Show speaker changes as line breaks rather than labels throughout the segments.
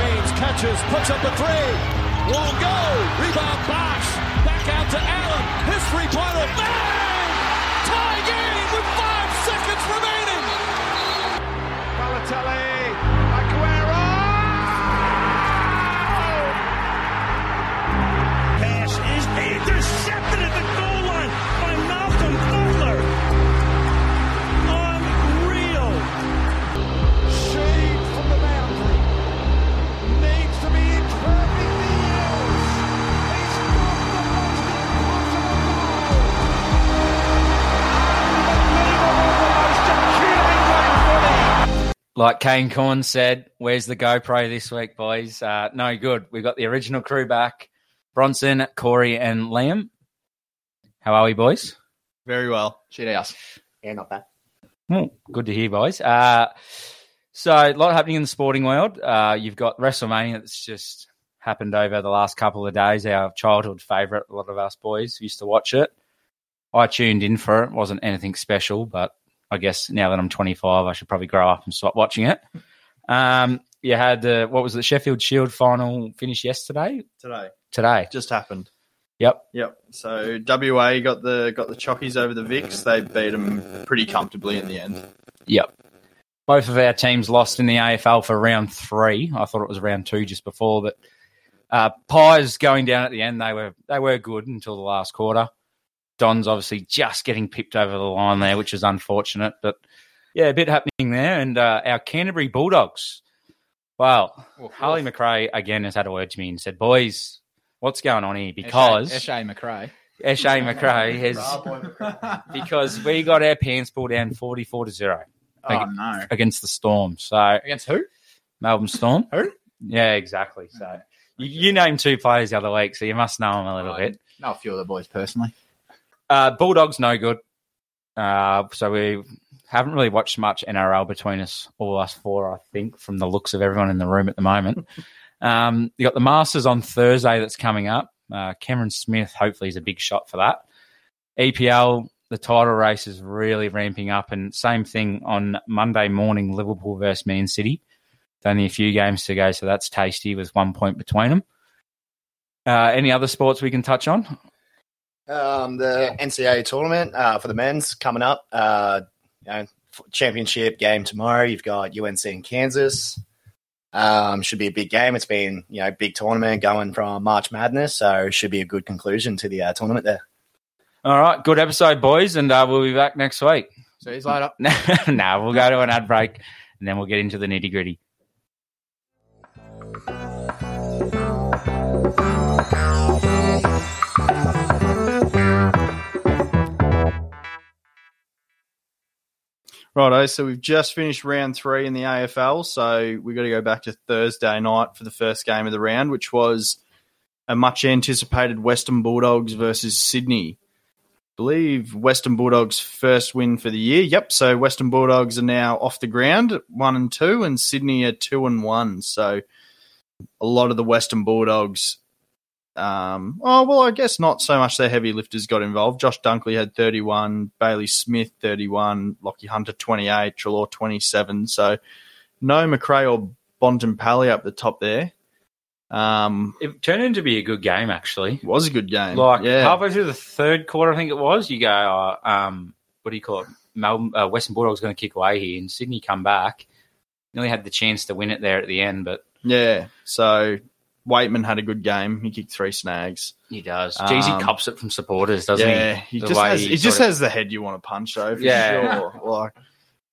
Hodges puts up a three. Won't go. Rebound box. Back out to Allen. His three-pointer. Bang! Tie game with five seconds remaining.
Balotelli, Aguero!
Pass is intercepted at the goal line by Malcolm Butler. Unreal.
Shade from the boundary. Needs to be in perfect heels. He's got the most impossible goal. Unbelievable, the most accumulating volley.
Like Kane Corn said, where's the GoPro this week, boys? Uh, no good. We've got the original crew back Bronson, Corey, and Liam. How are we, boys?
Very well.
Shit house. Yeah, not bad.
Hmm, Good to hear, boys. Uh, so, a lot happening in the sporting world. Uh, you've got WrestleMania that's just happened over the last couple of days. Our childhood favourite, a lot of us boys used to watch it. I tuned in for it. wasn't anything special, but I guess now that I'm 25, I should probably grow up and stop watching it. Um, you had uh, what was the Sheffield Shield final finish yesterday?
Today
Today.
just happened.
Yep.
Yep. So WA got the got the Chockies over the Vics. They beat them pretty comfortably in the end.
Yep. Both of our teams lost in the AFL for round three. I thought it was round two just before, but uh, Pies going down at the end. They were they were good until the last quarter. Don's obviously just getting pipped over the line there, which is unfortunate. But yeah, a bit happening there. And uh, our Canterbury Bulldogs. Wow, Harley McRae again has had a word to me and said, "Boys, what's going on here?" Because
Eshay McRae.
Eshay McRae has because we got our pants pulled down forty four to zero
Oh no!
against the Storm. So
Against who?
Melbourne Storm.
Who?
Yeah, exactly. So you, you named two players the other week, so you must know them a little
Oh,
bit.
Not a few of the boys personally.
Uh, Bulldogs, no good. Uh, so we haven't really watched much NRL between us, all us four, I think, from the looks of everyone in the room at the moment. um, you got the Masters on Thursday that's coming up. Uh, Cameron Smith, hopefully, is a big shot for that. EPL, the title race is really ramping up, and same thing on Monday morning, Liverpool versus Man City. There's only a few games to go, so that's tasty with one point between them. Uh, any other sports we can touch on?
Um, the NCAA tournament uh, for the men's coming up. Uh, you know, f- championship game tomorrow. You've got UNC in Kansas. Um, should be a big game. It's been you know big tournament going from March Madness, so should be a good conclusion to the uh, tournament there.
All right, good episode, boys, and uh, we'll be back next week.
So he's later.
nah, we'll go to an ad break and then we'll get into the nitty gritty.
Righto. So we've just finished round three in the AFL. So we got to go back to Thursday night for the first game of the round, which was a much anticipated Western Bulldogs versus Sydney. I believe Western Bulldogs first win for the year. Yep. So Western Bulldogs are now off the ground, one and two, and Sydney are two and one. So a lot of the Western Bulldogs. Um, oh well, I guess not so much. Their heavy lifters got involved. Josh Dunkley had thirty-one, Bailey Smith thirty-one, Lockie Hunter twenty-eight, Trelaw twenty-seven. So no McRae or Bontempelli up the top there. Um,
It turned into be a good game, actually.
it was a good game.
Like
yeah,
halfway through the third quarter, I think it was, you go, uh, um, what do you call it? Melbourne, uh, Western Bulldogs going to kick away here, and Sydney come back. Nearly had the chance to win it there at the end, but
yeah. So Waitman had a good game. He kicked three snags.
he does. Jeez,
Um,
he cops it from supporters, doesn't
yeah,
he?
he,
The
just
way
has
he
he just
sort of-
has the head you want to punch though. For
Yeah.
sure. Like,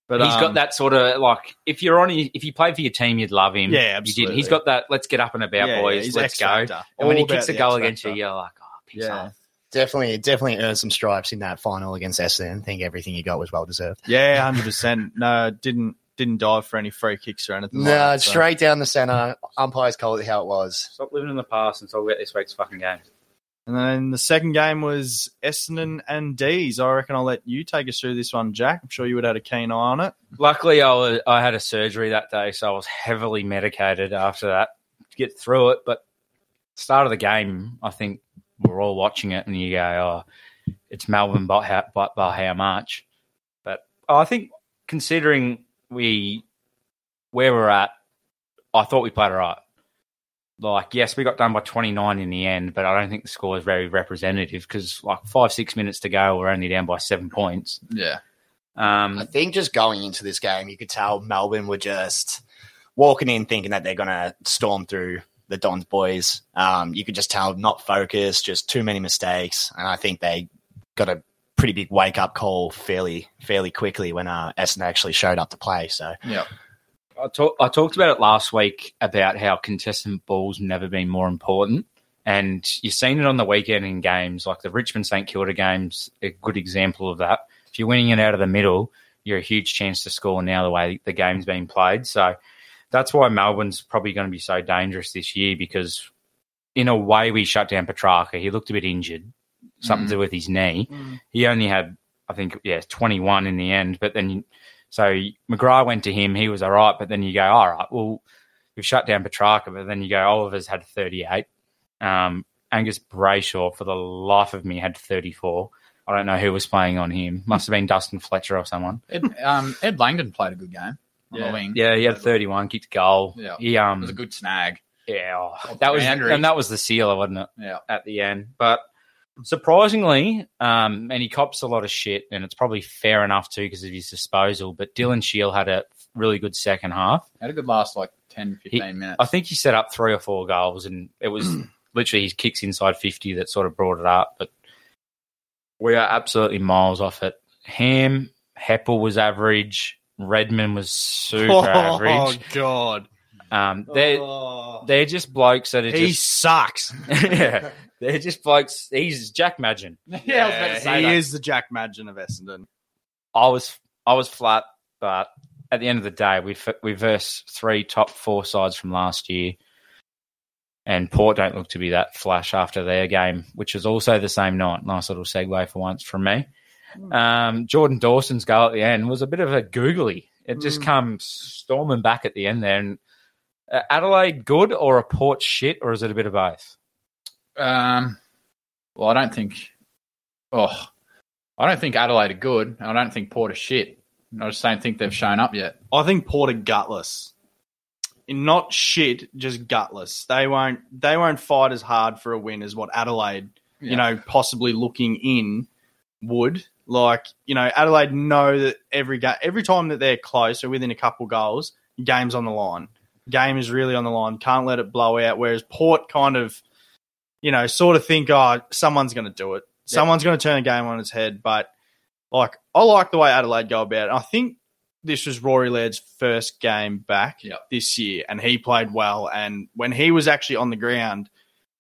but
He's got
um,
that sort of like if you're on if you played for your team you'd love him. You
Yeah,
didn't.
absolutely.
He's got that let's get up and about
yeah,
boys,
he's
let's
X
go.
Factor.
And when he
All
kicks a
about the
goal
X
against you,
Factor.
you're like, oh, piss
Yeah.
off.
Definitely, definitely earned some stripes in that final against Essendon. I think everything he got was well deserved.
Yeah, hundred percent. No, didn't didn't dive for any free kicks or anything. like
No,
that, so.
straight down the center. Umpires called it how it was.
Stop living in the past and talk about this week's fucking game.
And then the second game was Essendon and D's. I reckon I'll let you take us through this one, Jack. I'm sure you would have had a keen eye on it.
Luckily, I, was, I had a surgery that day, so I was heavily medicated after that to get through it. But start of the game, I think we're all watching it, and you go, "Oh, it's Melbourne by how, by, by how much?" But I think considering we where we're at, I thought we played all right. like, yes, we got done by 29 in the end, but I don't think the score is very representative because, like, five, six minutes to go, we're only down by seven points.
Yeah.
Um,
I think just going into this game, you could tell Melbourne were just walking in thinking that they're going to storm through the Don's boys. Um, you could just tell not focused, just too many mistakes, and I think they got a pretty big wake up call fairly fairly quickly when uh, Essendon actually showed up to play. So
Yeah.
I, talk, I talked about it last week about how contestant balls never been more important. And you've seen it on the weekend in games, like the Richmond St Kilda game's a good example of that. If you're winning it out of the middle, you're a huge chance to score now the way the game's being played. So that's why Melbourne's probably going to be so dangerous this year because, in a way, we shut down Petrarca. He looked a bit injured, something to do with his knee. He only had, I think, yeah, 21 in the end. But then, so McGrath went to him. He was all right. But then you go, all right, well, we've shut down Petrarca. But then you go, Oliver's had 38. Um, Angus Brayshaw, for the life of me, had 34. I don't know who was playing on him. Must have been Dustin Fletcher or someone.
Ed, um, Ed Langdon played a good game on
Yeah.
the wing.
Yeah, he had 31, kicked a goal.
Yeah.
He
It
um
was a good snag.
yeah, oh,
Oh,
that was
boundaries.
and that was the sealer, wasn't it?
Yeah.
At the end, but surprisingly, um, and he cops a lot of shit, and it's probably fair enough too because of his disposal. But Dylan Shield had a really good second half.
Had a good last like 10, 15
He-
minutes.
I think he set up three or four goals, and it was
Mm.
literally his kicks inside fifty that sort of brought it up. But we are absolutely miles off it. Ham Heppel was average. Redmond was super average.
Oh, God.
Oh.
Um, they're they're just blokes that are
he
just
sucks.
yeah, they're just blokes. He's Jack Madgen.
yeah,
he
that.
is the Jack Madgen of Essendon.
I was I was flat, but at the end of the day, we f- we versed three top four sides from last year, and Port don't look to be that flash after their game, which was also the same night. Nice little segue for once from me. Um, Jordan Dawson's goal at the end was a bit of a googly. It just comes storming back at the end there. And uh, Adelaide good or a Port shit or is it a bit of both?
Um, well, I don't think. Oh, I don't think Adelaide are good. and I don't think Port are shit. I just don't think they've shown up yet.
I think Port are gutless. Not shit, just gutless. They won't they won't fight as hard for a win as what Adelaide,
Yeah.
you know, possibly looking in would. Like, you know, Adelaide know that every ga- every time that they're close or within a couple goals, game's on the line. Game is really on the line. Can't let it blow out. Whereas Port kind of, you know, sort of think, oh, someone's going to do it. Someone's going to turn the game on its head. But like, I like the way Adelaide go about it. I think this was Rory Laird's first game back
Yep.
this year, and he played well. And when he was actually on the ground,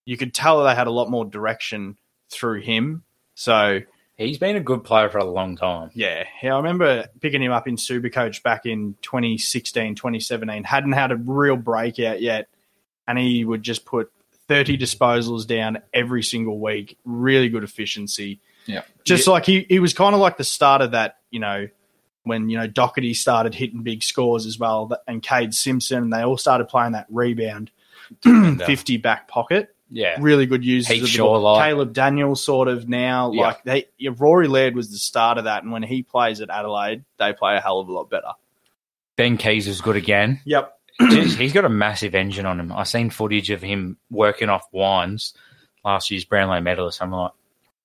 you could tell they had a lot more direction through him. So
He's been a good player for a long time.
yeah, yeah, I remember picking him up in Supercoach back in 2016, 2017. Hadn't had a real breakout yet, and he would just put 30 disposals down every single week. Really good efficiency.
Yeah.
Just like he, he was kind of like the start of that, you know, when, you know, Doherty started hitting big scores as well, that- and Cade Simpson, they all started playing that rebound 50 back pocket
Yeah.
really good users
Pete
of the
Shaw,
ball.
like-
Caleb Daniel sort of now
Yeah.
like they yeah, Rory Laird was the start of that and when he plays at Adelaide they play a hell of a lot better.
Ben Keys is good again.
Yep.
Jeez, he's got a massive engine on him. I seen footage of him working off wines last year's Brownlow medalist. I'm like,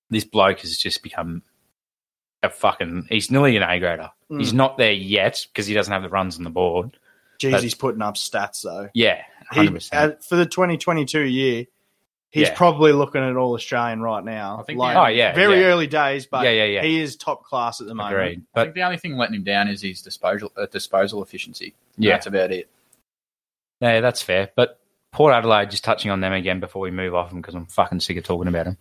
this bloke has just become a fucking. He's nearly an A grader. He's not there yet because he doesn't have the runs on the board.
Jeez,
But-
he's putting up stats though.
Yeah,
He,
hundred percent.
uh, for the 2022 year he's
Yeah.
probably looking at all Australian right now.
I think
like,
the-
Oh yeah,
very
yeah.
early days but
Yeah, yeah, yeah.
he is top class at the moment.
Agreed.
I
But
think the only thing letting him down is his disposal uh, disposal efficiency.
Yeah.
that's about it.
yeah, that's fair. But Port Adelaide, just touching on them again before we move off them because I'm fucking sick of talking about them.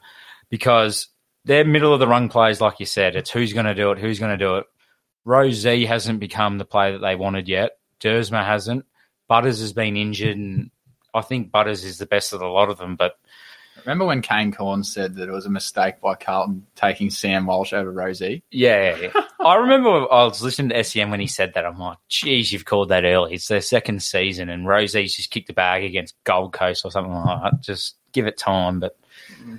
Because they're middle of the run plays, like you said. It's who's going to do it, who's going to do it. Rosie hasn't become the player that they wanted yet. Dersma hasn't. Butters has been injured, and I think Butters is the best of the lot of them. But
Remember when Kane Corn said that it was a mistake by Carlton taking Sam Walsh over Rosie?
yeah, yeah, yeah. I remember I was listening to SEM when he said that. I'm like, geez, you've called that early. It's their second season, and Rosie's just kicked the bag against Gold Coast or something like that. Just give it time. But
Mm-hmm.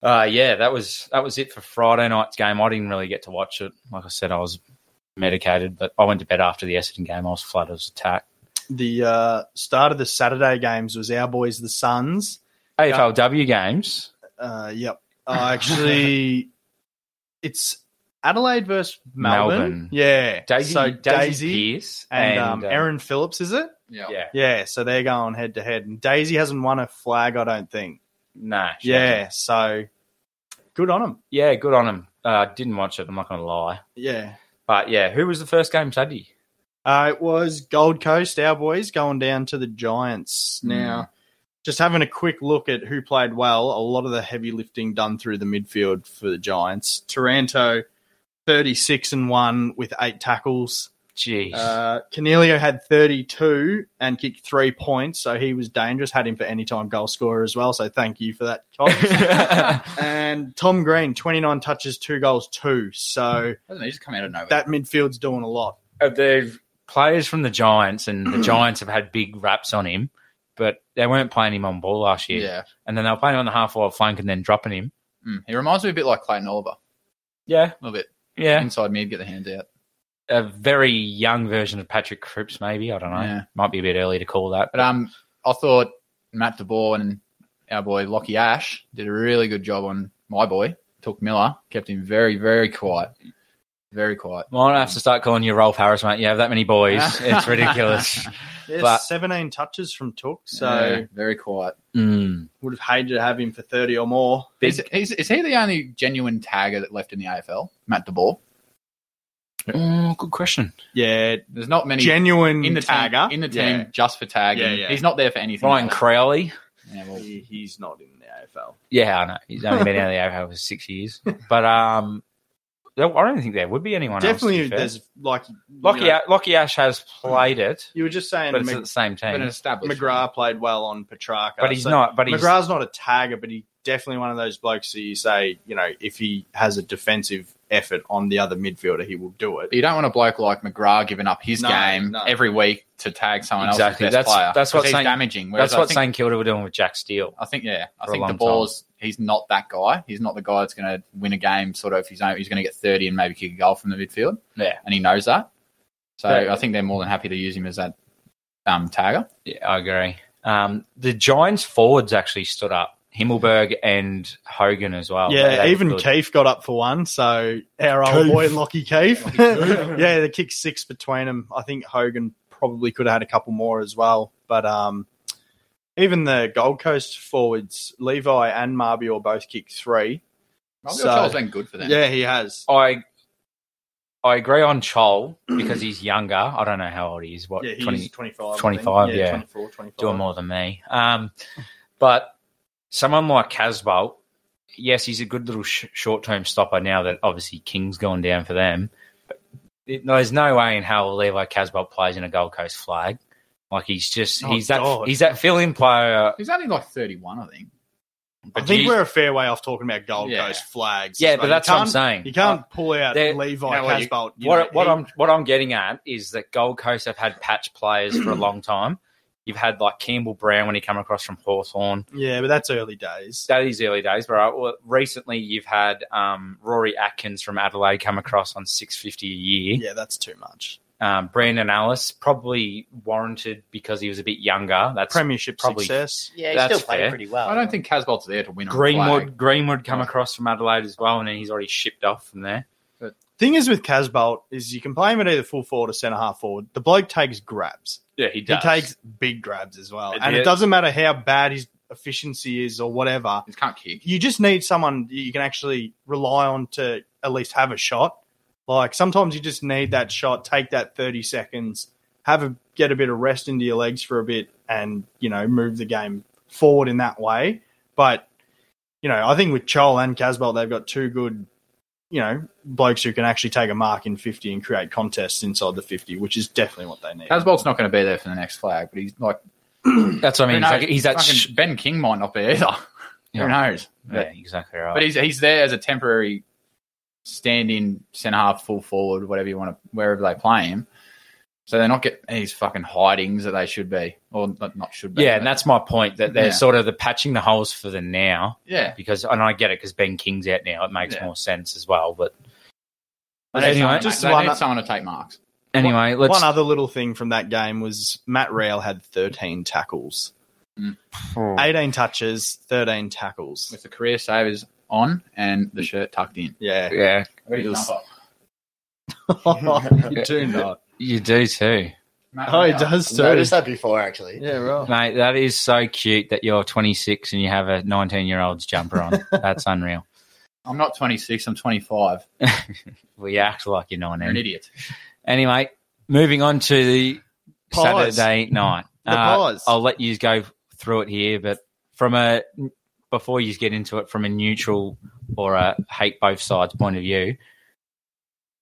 uh, yeah, that was that was it for Friday night's game. I didn't really get to watch it. Like I said, I was medicated, but I went to bed after the Essendon game. I was flat as a tack.
the uh, start of the Saturday games was our boys, the Suns.
AFLW games.
Uh, yep. Uh, actually, it's Adelaide versus Melbourne.
Melbourne.
Yeah.
Daisy,
so
Daisy,
Daisy
Pierce
and, um,
uh,
Aaron Phillips, is it?
Yeah.
Yeah,
Yeah. So they're going head to head. And Daisy hasn't won a flag, I don't think.
nah. she hasn't.
Yeah. So good on them.
yeah. Good on him. Uh, didn't watch it. I'm not going to lie.
Yeah.
But yeah, who was the first game Saturday?
Uh, it was Gold Coast, our boys, going down to the Giants. Now, just having a quick look at who played well, a lot of the heavy lifting done through the midfield for the Giants. Taranto, 36 and 1 with eight tackles.
Jeez.
Uh, Cornelio had 32 and kicked three points, so he was dangerous. Had him for any time goal scorer as well, so thank you for that, Cox. and Tom Green, 29 touches, two goals, two. So
Doesn't he just come out of nowhere?
that midfield's doing a lot.
Uh, the players from the Giants and the Giants have had big raps on him, but they weren't playing him on ball last year.
yeah.
And then they were playing him on the half wide flank and then dropping him.
Mm. He reminds me a bit like Clayton Oliver.
Yeah,
A little bit.
yeah.
Inside mid, get the hand out.
A very young version of Patrick Cripps, maybe. I don't know.
Yeah.
Might be a bit early to call that. uh,
But um, I thought Matt DeBoer and our boy Lockie Ash did a really good job on my boy, Took Miller. Kept him very, very quiet. Very quiet.
Might have to start calling you Rolf Harris, mate. You have that many boys. it's ridiculous.
There's
But-
17 touches from Took, so
So very quiet.
Mm.
would have hated to have him for 30 or more.
Is, is, is he the only genuine tagger that left in the AFL? Matt DeBoer.
Oh, good question.
Yeah,
There's not many
genuine
in the
tagger.
team, in the team
Yeah.
just for tagging.
Yeah, yeah.
He's not there for anything.
Ryan
else.
Crowley.
Yeah, well,
He- he's not in the AFL.
Yeah, I know. He's only been out of the AFL for six years. But um, there- I don't think there would be anyone
Definitely,
else. to be fair.
there's like
Lockie,
You, know,
Lockie Ash has played it,
you were just saying
but it's
Mc-
at the same
been
team.
established.
McGrath played well on Petrarca,
But he's
so
not. But he's
McGrath's not a tagger, but he's definitely one of those blokes that you say, you know, if he has a defensive effort on the other midfielder, he will do it.
But you don't want a bloke like McGrath giving up his
No,
game
no.
every week to tag someone
Exactly.
else's best
That's-
player.
that's what
'Cause he's
Saint-
damaging. Whereas
that's what
I think,
St Kilda were doing with Jack Steele.
I think yeah, I
for a
think
long
the balls. He's not that guy. He's not the guy that's going to win a game. Sort of, if he's he's going to get thirty and maybe kick a goal from the midfield.
Yeah.
and he knows that. So
Yeah.
I think they're more than happy to use him as that um, tagger.
Yeah, I agree. Um, the Giants forwards actually stood up. Himmelberg and Hogan as well.
yeah,
They were
even
Oh, good.
Keefe got up for one. So our old boy Lockie Keefe, yeah, they kicked six between them. I think Hogan probably could have had a couple more as well, but um, even the Gold Coast forwards, Levi and Marbior both kicked three.
Robbie
So-
O'Shea's been good for them.
Yeah, he has.
I I agree on Chol because he's younger. I don't know how old he is. What
Yeah, he's
20,
25. I think.
25, Oh, yeah.
24, 25.
doing more than me. Um, but someone like Casbolt, yes, he's a good little sh- short-term stopper now that obviously King's gone down for them. But it, there's no way in hell Levi Casbolt plays in a Gold Coast flag. Like he's just
Oh,
he's that
God.
he's that fill-in player.
he's only like thirty-one, I think.
I
But
think
you-
we're a fair way off talking about Gold
Yeah.
Coast flags.
yeah,
So
but
you
that's what I'm
can't-
saying. Uh,
You can't pull out
They're-
Levi
you know what you-
Casbolt. you know,
what, what
he-
I'm what I'm getting at is that Gold Coast have had patch players for a long time. You've had like Campbell Brown when he came across from Hawthorn.
yeah, but that's early days.
that is early days, but uh, well, recently you've had um, Rory Atkins from Adelaide come across on six fifty a year.
Yeah, that's too much.
Um, Brandon Alice probably warranted because he was a bit younger. That's
Premiership
probably-
success.
Yeah, he
That's
still played
fair.
pretty well.
I don't think Casbolt's there to win. on a flag.
Greenwood. Greenwood come across from Adelaide as well, and then he's already shipped off from there.
Thing is with Casbolt is you can play him at either full forward or centre half forward. The bloke takes grabs.
Yeah, he
He takes big grabs as well,
It
and it
is.
doesn't matter how bad his efficiency is or whatever.
He can't kick.
You just need someone you can actually rely on to at least have a shot. Like sometimes you just need that shot. Take that thirty seconds. Have a get a bit of rest into your legs for a bit, and you know move the game forward in that way. But you know, I think with Chol and Casbolt, they've got two good, you know, blokes who can actually take a mark in fifty and create contests inside the fifty, which is definitely what they need.
Casbolt's not going to be there for the next flag, but he's like,
That's what I mean.
who
He's, like,
knows?
he's that.
Fucking
Sh-
Ben King might not be either.
Yeah.
Who knows?
yeah, exactly right.
But he's he's there as a temporary stand-in centre half, full forward, whatever you want to, wherever they play him. So they're not getting these fucking hidings that they should be, or not, not should be.
yeah,
but-
and that's my point. That they're
Yeah.
sort of the patching the holes for the now
yeah.
because, and I get it because Ben King's out now. It makes
Yeah.
more sense as well. But
They need
anyway,
someone-
just
they
one-
need someone to take marks.
Anyway, let's.
One other little thing from that game was Matt Rowell had 13 tackles,
Hmm.
Oh.
18 touches, 13 tackles.
with the career savers on and the shirt tucked in.
Yeah,
yeah,
Where
It
did you
was-
jump up?
you do not.
you do too,
Matt
Oh, he
Rowell.
does too.
Noticed that before, actually.
Yeah, right.
mate. That is so cute that you're 26 and you have a 19 year old's jumper on. That's unreal.
I'm not 26. I'm 25.
We act like you're
You're an
19.
idiot.
Anyway, moving on to the
Pies.
Saturday night. Uh,
The pies.
I'll let you go through it here, but from a before you get into it, from a neutral or a hate both sides point of view,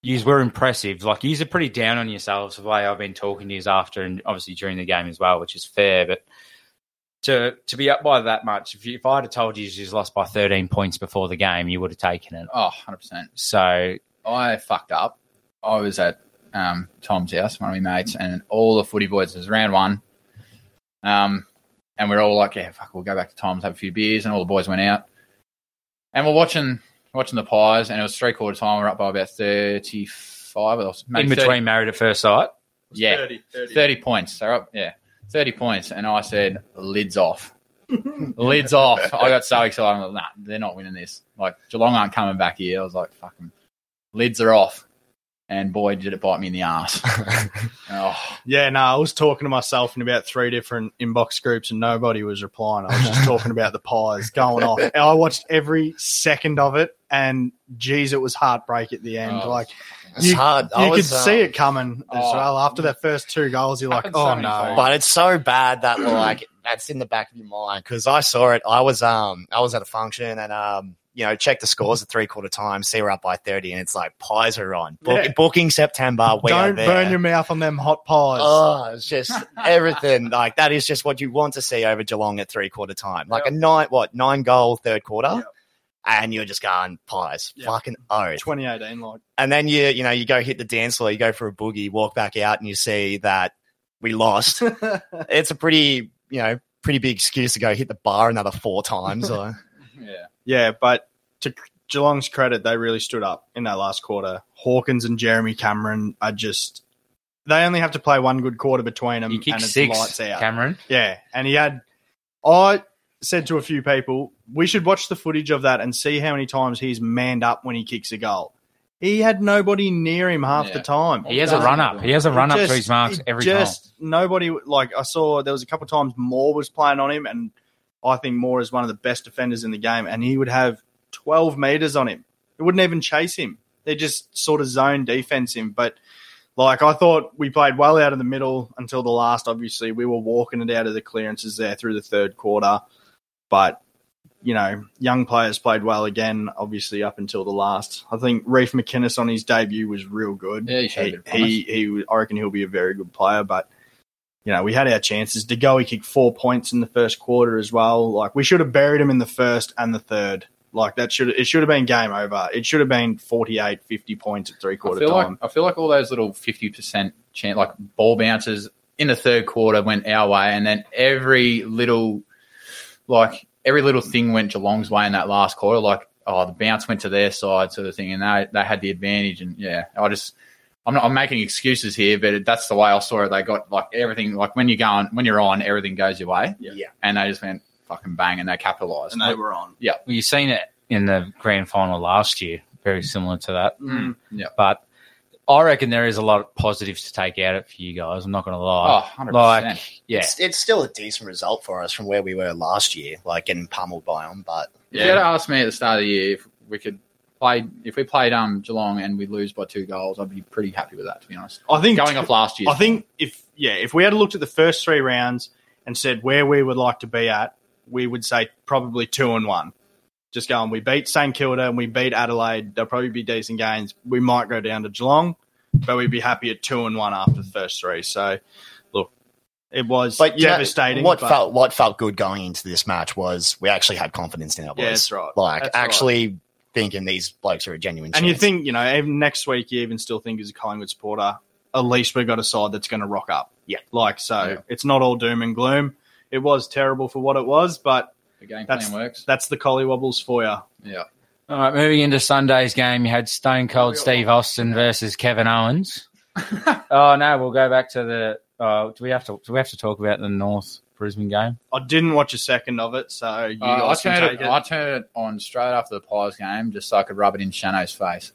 yous were impressive. Like yous are pretty down on yourselves the way I've been talking to yous after, and obviously during the game as well, which is fair. But to to be up by that much, if, you, if I had told you yous lost by thirteen points before the game, you would have taken it.
Oh, 100%.
So
I fucked up. I was at um, Tom's house, one of my mates, and all the footy boys. It was round one, um, and we are all like, "Yeah, fuck, we'll go back to Tom's, have a few beers," and all the boys went out, and we're watching watching the pies, and it was three quarter time. We're up by about thirty five, or maybe
in
30
between married at first sight.
yeah, 30, points. They're up, yeah, thirty points, and I said, "Lids off." Lids off. I got so excited. I'm like, nah, they're not winning this. Like, Geelong aren't coming back here. I was like, fucking, lids are off. And boy, did it bite me in the ass. oh,
Yeah, no, I was talking to myself in about three different inbox groups and nobody was replying. I was just talking about the pies going off. And I watched every second of it and geez, it was heartbreak at the end.
Oh,
like
It's
You-
hard. I
you could
was, um,
see it coming as
oh.
well. After that first two goals, you're like,
Happened so
oh
many
no.
times.
but it's so bad that like that's in the back of your mind because I saw it. I was um I was at a function and um you know check the scores at three quarter time. See we're up by thirty, and it's like pies are on Book,
Yeah.
booking September. We are
Don't
there.
burn your mouth on them hot pies.
Oh, it's just everything. Like that is just what you want to see over Geelong at three quarter time. Like a nine, what nine goal third quarter,
Yep.
and you're just going pies,
Yep.
fucking oath.
2018, like
And then you, you know, you go hit the dance floor, you go for a boogie, walk back out, and you see that we lost. it's a pretty, you know, pretty big excuse to go hit the bar another four times. Or,
yeah.
Yeah, but to Geelong's credit, they really stood up in that last quarter. Hawkins and Jeremy Cameron are just. They only have to play one good quarter between them,
You kick
and it's
six,
lights out.
Cameron.
yeah, and he had. I said to a few people, we should watch the footage of that and see how many times he's manned up when he kicks a goal. He had nobody near him half
Yeah.
the time.
He has a run up. Oh, He has a
He
run up
just-
to his marks
he
every time.
just, Nobody like I saw there was a couple times Moore was playing on him, and I think Moore is one of the best defenders in the game, and he would have twelve meters on him. It wouldn't even chase him. They just sort of zone defense him. But like I thought, we played well out of the middle until the last. Obviously, we were walking it out of the clearances there through the third quarter, but. You know, young players played well again, obviously up until the last. I think Reef McInnes on his debut was real good
Yeah, you should
he,
have been
he, he- I reckon he'll be a very good player, but you know, we had our chances. De Goey kicked four points in the first quarter as well. Like we should have buried him in the first and the third. Like that should it should have been game over. It should have been 48, 50 points at three
I
quarter
feel
time.
like I feel like all those little fifty percent chance, like ball bounces in the third quarter, went our way, and then every little, like every little thing went Geelong's way in that last quarter. Like oh, the bounce went to their side, sort of thing, and they they had the advantage. And yeah, I just I'm not I'm making excuses here, but it, that's the way I saw it. They got like everything, like when you go on when you're on, everything goes your way.
Yeah.
Yeah.
and they just went fucking bang, and they capitalized.
and they were on.
Well, you've seen it in the grand final last year, very similar to that.
Hmm.
Mm.
But I reckon there is a lot of positives to take out of it for you guys. I'm not going to
oh,
lie.
100%.
like, yeah,
it's, it's still a decent result for us from where we were last year, like getting pummeled by them. But
If you had asked me at the start of the year if we could play, if we played um Geelong and we lose by two goals, I'd be pretty happy with that. To be honest,
I think
going off last year,
I think if yeah, if we had looked at the first three rounds and said where we would like to be at, we would say probably two and one. Just going, we beat St Kilda and we beat Adelaide. They'll probably be decent games. We might go down to Geelong, but we'd be happy at two and one after the first three. So, look, it was
but you know,
devastating.
what
but-
felt what felt good going into this match was we actually had confidence in our boys.
Yeah, that's right.
Like
That's right.
actually thinking these blokes are a genuine.
And you
chance.
think, you know, even next week, you even still think as a Collingwood supporter, at least we've got a side that's going to rock up.
Yeah.
Like, so
Yeah.
it's not all doom and gloom. It was terrible for what it was, but
the game
that's-
plan works.
that's the Collie Wobbles for you.
Yeah,
Oh, All right, moving into Sunday's game, you had Stone Cold Steve Austin versus Kevin Owens. Oh no, we'll go back to the. Uh, do we have to? Do we have to talk about the North Brisbane game?
I didn't watch a second of it, so you
Uh, I
guys can
turned
take
it,
it.
I turned it on straight after the Pies game just so I could rub it in Shano's face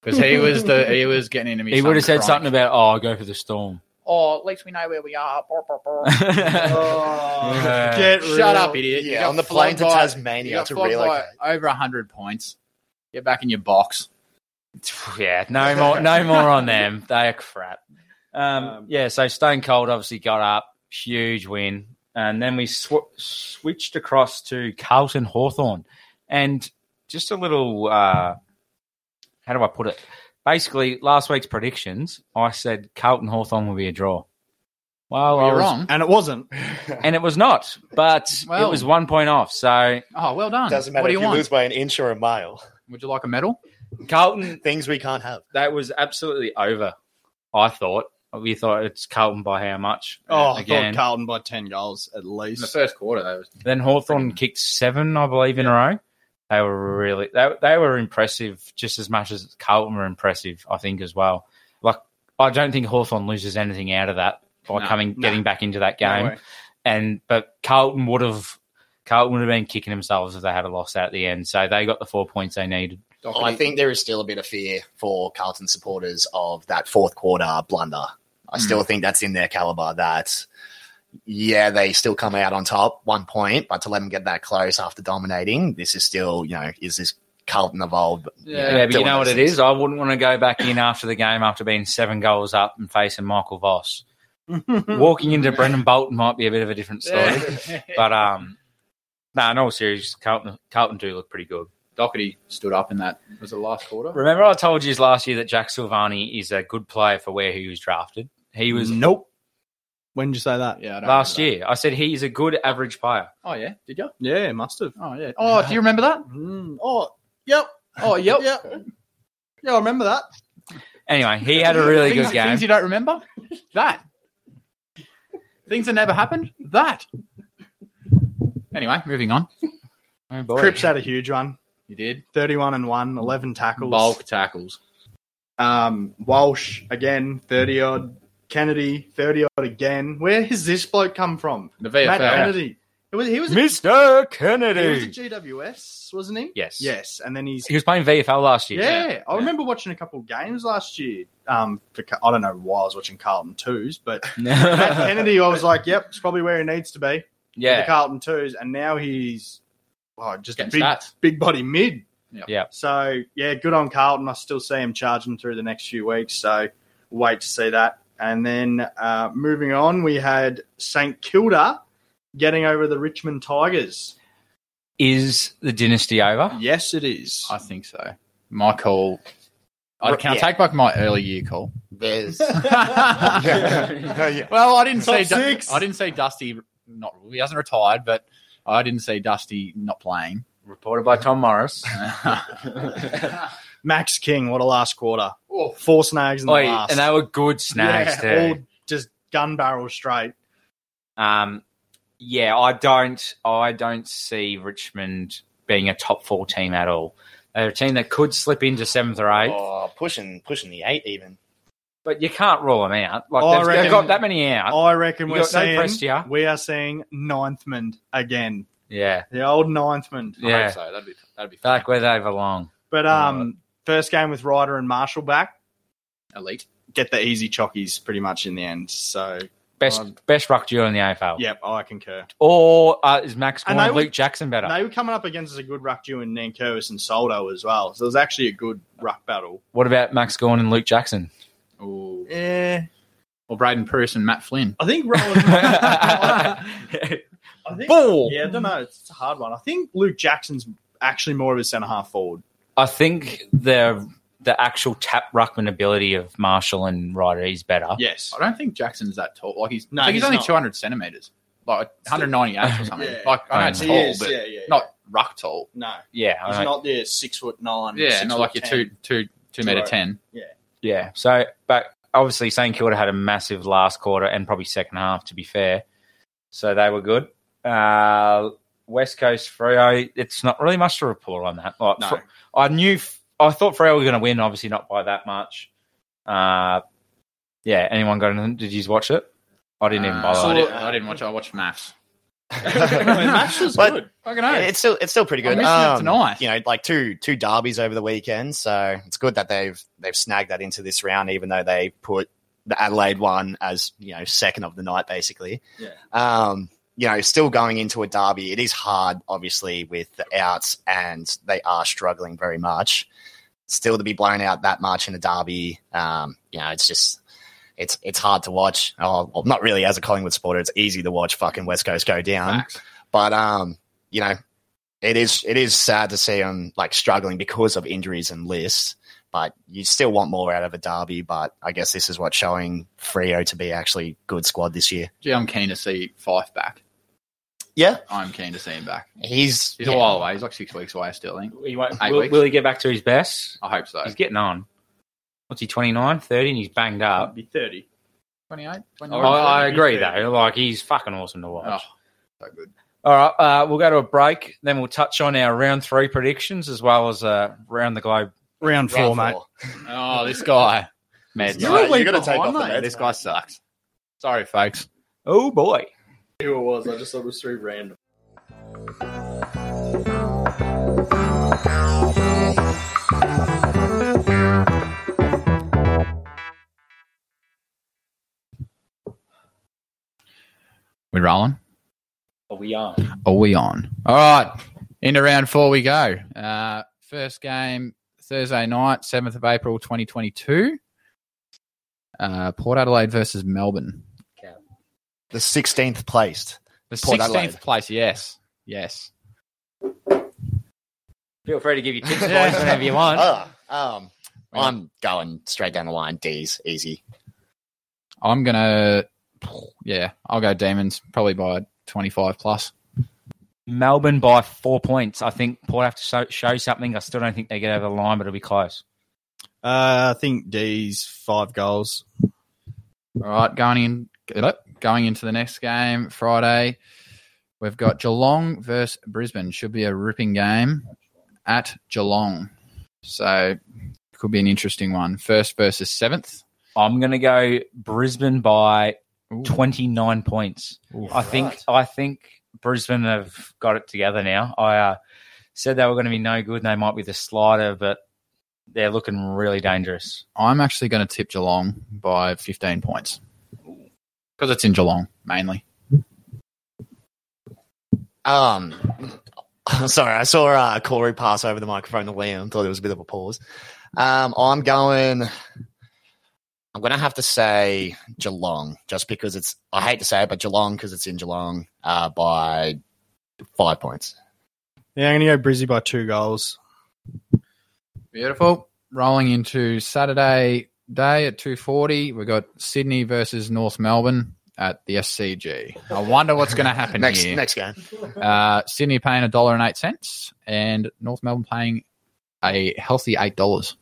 because he was the he was getting into me.
He would have said
chronic.
something about, "Oh, go for the Storm."
Oh, at least we know where we are. Brr, brr, brr.
Oh, Yeah.
Get real.
Shut up, idiot!
Yeah,
You got
on the plane to
flogged by-
Tasmania
you got
to
flogged by
relocate.
over hundred points. Get back in your box.
yeah, no more, no more on them. They are crap. Um,
Um,
yeah, so Stone Cold obviously got up, huge win, and then we sw- switched across to Carlton Hawthorn, and just a little, uh, how do I put it? Basically, last week's predictions, I said Carlton Hawthorn will be a draw. Well, I
You're
was-
wrong.
And it wasn't. Oh,
and it was not, but it
Well.
was one point off. So
Oh, well done.
Doesn't
what
matter
do
if
you,
you
want?
lose by an inch or a mile.
Would you like a medal?
Carlton
Things we can't have.
that was absolutely over. I thought we thought it's Carlton by how much?
Oh, I
again.
thought Carlton by 10 goals at least.
first quarter, that was
then Hawthorn kicked seven, I believe, in a row. They were really they, they were impressive just as much as Carlton were impressive, I think, as well. Like I don't think Hawthorn loses anything out of that by
No,
coming
no.
getting back into that
No
game.
way.
and but Carlton would have Carlton would have been kicking themselves if they had a loss at the end. So they got the four points they needed.
I think there is still a bit of fear for Carlton supporters of that fourth quarter blunder. I still think that's in their caliber. That yeah, they still come out on top one point, but to let them get that close after dominating, this is still you know is this Carlton evolved?
Yeah, but you
doing
know what
those
it
things.
is. I wouldn't want to go back in after the game after being seven goals up and facing Michael Voss. Walking into Brendan Bolton might be a bit of a different story, but um, no, in all seriousness, Carlton Carlton do look pretty good.
Doherty stood up in that. Was it last quarter?
Remember, I told you last year that Jack Silvani is a good player for where he was drafted. He was
Nope. When did you say that?
Yeah, I don't
last
remember
year. I said he is a good average player.
that. Oh yeah, did you?
Yeah, must have.
Oh yeah. Oh, do you remember that?
Mm. Oh, yep.
Oh, yep.
Yep. Yeah, I remember that.
Anyway, he had a really
things,
good game.
Things you don't remember? That. things that never happened? That. Anyway, moving on.
Oh, boy.
Cripps had a huge one.
You did.
31 and 1, 11 tackles.
Bulk tackles.
Um, Walsh, again, 30 odd. Kennedy, 30 odd again. Where has this bloke come from?
The
Matt
VFL.
Kennedy. It was, he was a
Mr.
He was a
Kennedy.
GWS, wasn't he?
Yes.
Yes, and then he's
He was playing VFL last year.
yeah. I remember watching a couple of games last year. Um, for, Ca- I don't know why I was watching Carlton twos, but Matt Kennedy, I was like, yep, it's probably where he needs to be. for the
yeah.
Carlton twos, and now he's oh, just a
Getting
big
stats.
big body mid.
Yep.
Yep.
So yeah, good on Carlton. I still see him charging through the next few weeks. So wait to see that. And then uh, moving on, we had St Kilda getting over the Richmond Tigers.
Is the dynasty over?
Yes, it is.
I think so. My call. I, can
Yeah.
I take back my early year call?
There's
Well, I didn't say
Top six.
I didn't say Dusty. Not he hasn't retired, but I didn't see Dusty not playing.
Reported by Tom Morris.
Max King, what a last quarter. Four snags in the
Oi,
last.
and they were good snags
yeah, all
too.
just gun barrel straight.
Um, yeah, I don't, I don't see Richmond being a top four team at all. They're a team that could slip into seventh or eighth,
oh, pushing pushing the eight even.
but you can't rule them out. Like
Oh, I
they've, they've
reckon- Oh.
got that many out.
I reckon
Uh, you
we're
got no
seeing
press, yeah?
we are seeing ninthmond again.
yeah,
The old ninthmond.
I
yeah,
hope so that'd be that'd be fun.
back where they belong.
But um first game with Ryder and Marshall back,
elite.
get the easy chockies pretty much in the end. So
Best,
Um,
best ruck duo in the AFL.
yep, I concur.
Or uh, is Max Gorn
And
and
they were-
Luke Jackson better?
They were coming up against a good ruck duo in Nankervis and Soldo as well. So it was actually a good ruck battle.
what about Max Gorn and Luke Jackson?
Ooh.
Yeah.
Or Braden Pruce and Matt Flynn.
I think Rowan I think,
Ball.
Yeah, I don't know. It's a hard one. I think Luke Jackson's actually more of a centre half forward.
I think the the actual tap ruckman ability of Marshall and Ryder is better.
Yes.
I don't think Jackson's that tall. Like he's
No,
I think he's,
he's
only
not.
two hundred centimeters, like one hundred ninety eight or something.
Yeah.
Like I know it's
He
tall,
is,
but
yeah, yeah, yeah.
not ruck tall.
No,
Yeah, I
he's
know.
not the six foot nine.
Yeah,
six
not
foot
like you're
10.
two two two meter
Right.
ten.
yeah. So, but obviously St Kilda had a massive last quarter and probably second half. To be fair, so they were good. Uh, West Coast Frio, it's not really much to report on that. Like,
No.
Fr- I knew, I thought Freo were going to win, obviously not by that much. Uh, yeah, anyone got anything? Did you watch it? I didn't even
Uh, I,
bother.
didn't, I didn't watch. it. I watched maths.
Maths was But- good.
Fucking hell.
It's still it's still pretty
I'm
good. Um,
missing out tonight.
You know, like two two derbies over the weekend, so it's good that they've they've snagged that into this round, even though they put the Adelaide one as you know second of the night, basically.
Yeah.
Um, you know, still going into a derby, it is hard, obviously, with the outs, and they are struggling very much. Still to be blown out that much in a derby, um, you know, it's just it's it's hard to watch. Oh, well, not really as a Collingwood supporter. It's easy to watch fucking West Coast go down,
Facts.
but um, you know, it is it is sad to see them like struggling because of injuries and lists. But you still want more out of a derby. But I guess this is what showing Frio to be actually good squad this year.
Gee, I'm keen to see Fife back.
Yeah,
I'm keen to see him back.
he's
He's a while away. He's like six weeks away still. I think.
He won't,
Eight
will,
weeks. Uh,
will he get back to his best?
I hope so.
He's getting on. What's he, 29, 30, and he's banged up.
be 30.
28.
I,
29.
I agree, though. Like, he's fucking awesome to watch.
Oh, so good.
All right, uh, we'll go to a break. Then we'll touch on our round three predictions as well as uh, round the globe.
Round four, mate.
Oh, this guy. Man,
You're a week behind, mate.
This guy sucks. Sorry, folks.
Oh, boy.
Who it was? I just thought it was three random.
We rolling?
Oh, we are.
Are we on? All right. Into round four we go. Uh, first game Thursday night, 7th of April, 2022. Uh, Port Adelaide versus Melbourne.
the sixteenth placed.
The
Port
16th
Adelaide.
place. Yes. Yes.
Feel free to give your tips, boys,
Yeah.
whenever you want.
Ah, um, I'm going straight down the line. D's easy.
I'm going to, yeah, I'll go Demons probably by 25 plus.
Melbourne by four points. I think Port have to so- show something. I still don't think they get over the line, but it'll be close.
Uh, I think D's five goals.
All right, going in, get up. going into the next game Friday, we've got Geelong versus Brisbane. Should be a ripping game at Geelong, so could be an interesting one. First versus seventh.
I'm going to go Brisbane by
Ooh.
29 points.
Oof.
I think I think Brisbane have got it together now. I uh, said they were going to be no good. and They might be the slider, but they're looking really dangerous.
I'm actually going to tip Geelong by 15 points because it's in Geelong mainly.
Um, sorry, I saw uh, Corey pass over the microphone to Liam. Thought it was a bit of a pause. Um, I'm going. I'm going to have to say Geelong, just because it's. I hate to say it, but Geelong because it's in Geelong uh, by five points.
Yeah, I'm going to go Brizzy by two goals.
Beautiful. Rolling into Saturday day at 2:40, we got Sydney versus North Melbourne at the SCG. I wonder what's going to happen
Next
here.
next game.
Uh, Sydney paying a dollar and eight cents, and North Melbourne paying a healthy eight dollars.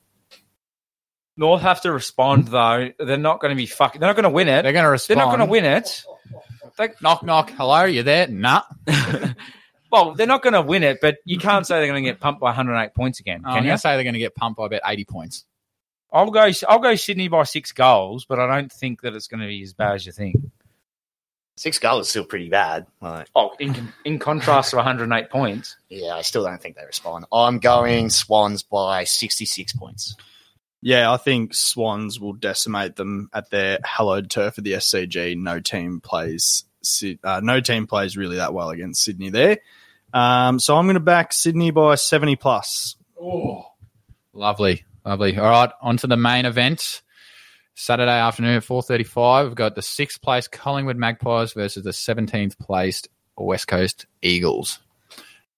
North have to respond though. They're not going to be fucking. They're not going to win it.
They're going to
They're
respond.
not going to win it.
Knock knock. Hello, you there? Nah.
Well, they're not going to win it, but you can't say they're going to get pumped by 108 points again.
I'm
can
going
you?
to say they're going to get pumped by about eighty points.
I'll go. I'll go Sydney by six goals, but I don't think that it's going to be as bad as you think.
Six goals is still pretty bad. Like,
Oh, in in contrast to 108 points.
yeah, I still don't think they respond. I'm going Swans by 66 points.
Yeah, I think Swans will decimate them at their hallowed turf at the SCG. No team plays Sy- uh, no team plays really that well against Sydney there. Um, so I'm going to back Sydney by 70 plus.
Oh.
Lovely, lovely. All right, on to the main event. Saturday afternoon at four thirty-five, we've got the sixth place Collingwood Magpies versus the seventeenth placed West Coast Eagles.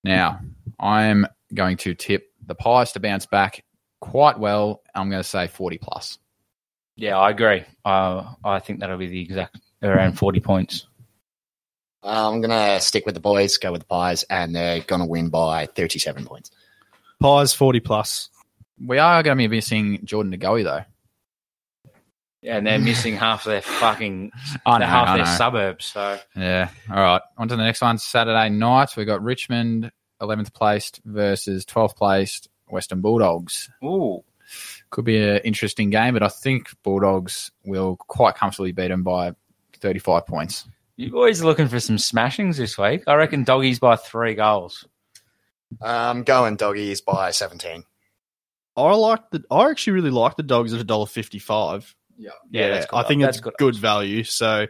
Now, I'm going to tip the Pies to bounce back quite well. I'm going to say forty plus.
Yeah, I agree. Uh, I think that'll be the exact around 40 points.
Uh, I'm going to stick with the boys, go with the Pies, and they're going to win by 37 points.
Pies 40 plus.
We are going to be missing Jordan Ngoi though.
And they're missing half their fucking
I know,
half
I
their
know.
suburbs. So
Yeah. All right. On to the next one. Saturday night, we got Richmond, eleventh placed versus twelfth placed Western Bulldogs.
ooh,
could be an interesting game, but I think Bulldogs will quite comfortably beat them by 35 points.
You boys are looking for some smashings this week. I reckon doggies by three goals.
Um, going doggies by 17.
I like the. I actually really like the dogs at a dollar fifty-five.
Yeah, that's good
I think
odds.
it's
That's
good,
good odds.
value. So,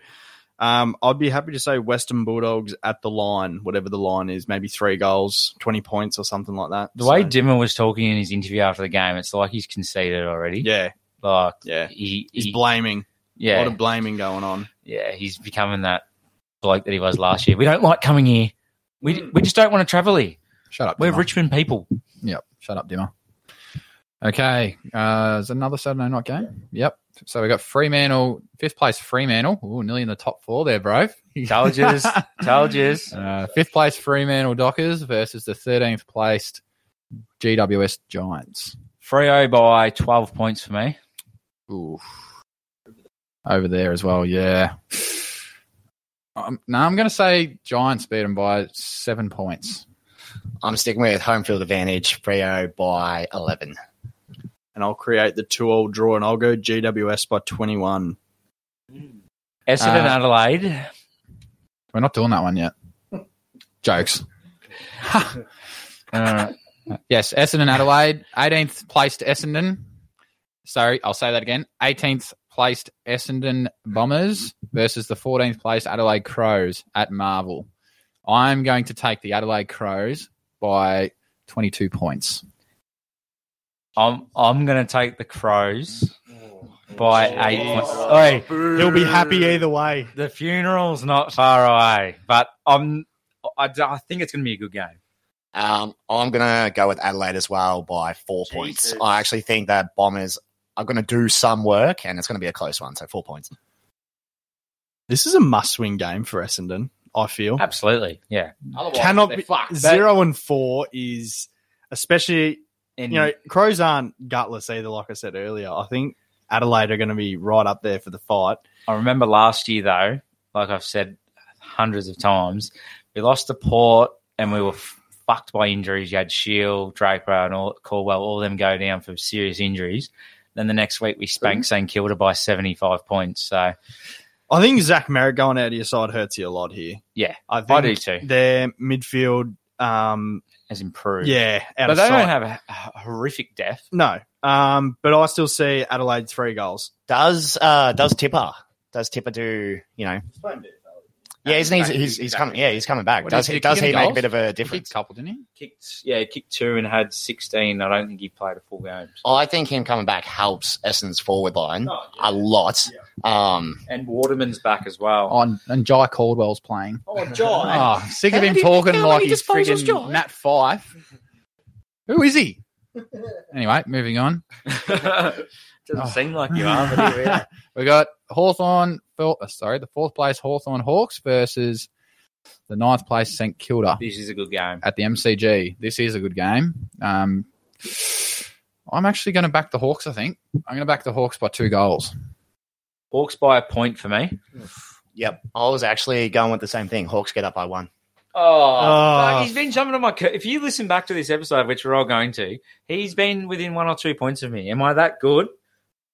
um, I'd be happy to say Western Bulldogs at the line, whatever the line is, maybe three goals, twenty points, or something like that.
The
So,
way Dimmer was talking in his interview after the game, it's like he's conceded already.
yeah,
Like
yeah,
he,
he's
he-
blaming. A
yeah,
lot of blaming going on.
yeah, he's becoming that bloke that he was last year. We don't like coming here. We, we just don't want to travel here.
Shut up.
We're
Dimmer.
Richmond people.
Yep. Shut up, Dimmer. Okay. Uh, is another Saturday night game? Yep. So we got Fremantle, fifth place Fremantle. Ooh, nearly in the top four there, bro.
Told yous. Told yous.
Uh, fifth place Fremantle Dockers versus the 13th placed GWS Giants.
Frio by 12 points for me.
Ooh. Over there as well, yeah. Um, no, I'm going to say Giants beat them by seven points.
I'm sticking with home field advantage, Frio by 11.
And I'll create the two-all draw, and I'll go GWS by twenty-one.
Essendon
Uh,
Adelaide.
We're not doing that one yet. Jokes.
Uh,
Yes, Essendon Adelaide, 18th placed Essendon. Sorry, I'll say that again. 18th placed Essendon Bombers versus the 14th placed Adelaide Crows at Marvel. I'm going to take the Adelaide Crows by 22 points.
I'm I'm going to take the Crows by eight points. Oi,
He'll be happy either way.
the funeral's not far away, but I'm I, d- I think it's going to be a good game.
Um, I'm going to go with Adelaide as well by four points. I actually think that Bombers are going to do some work and it's going to be a close one. So four points.
This is a must-win game for Essendon. I feel
Absolutely, yeah.
cannot be zero and four is especially
And
you know crows aren't gutless either. Like I said earlier, I think Adelaide are going to be right up there for the fight.
I remember last year though, like I've said hundreds of times, we lost to Port and we were f- fucked by injuries. You had Shield, Draper, and all, Caldwell, all of them go down for serious injuries. Then the next week we spanked St Kilda by seventy five points. So
I think Zach Merritt going out of your side hurts you a lot here.
yeah,
I think
I do too.
Their midfield, um,
has improved.
yeah, out
but
of
they
sight.
don't have a, a horrific death.
no. Um, but I still see Adelaide three goals.
Does uh does Tipper does Tipper do you know? Yeah, isn't he? He's, he's, coming. Yeah, he's coming back.
What
does
did
he?
he
Does
kick
he
in
make a
goals?
bit of a
He
difference?
kicked a couple, didn't he?
Kicked yeah, kicked two and had sixteen. I don't think he played a full game.
I think him coming back helps Essendon's forward line a lot. Um,
And Waterman's back as well.
On and Jai Caldwell's playing.
oh, John.
Oh, sick of
How
him
did-
talking
how
like
many
he's
disposals,
friggin'
Jai?
Matt Fife. Who is he? Anyway, moving on.
Doesn't
Oh.
seem like you are, but here we are.
We got Hawthorn, uh, sorry, the fourth place Hawthorn Hawks versus the ninth place St Kilda
this is a good game.
at the MCG. This is a good game. Um, I'm actually going to back the Hawks, I think. I'm going to back the Hawks by two goals.
Hawks by a point for me.
Yep, I was actually going with the same thing. Hawks get up by one.
Oh,
Oh.
fuck, he's been jumping on my. Cur- if you listen back to this episode, which we're all going to, he's been within one or two points of me. Am I that good,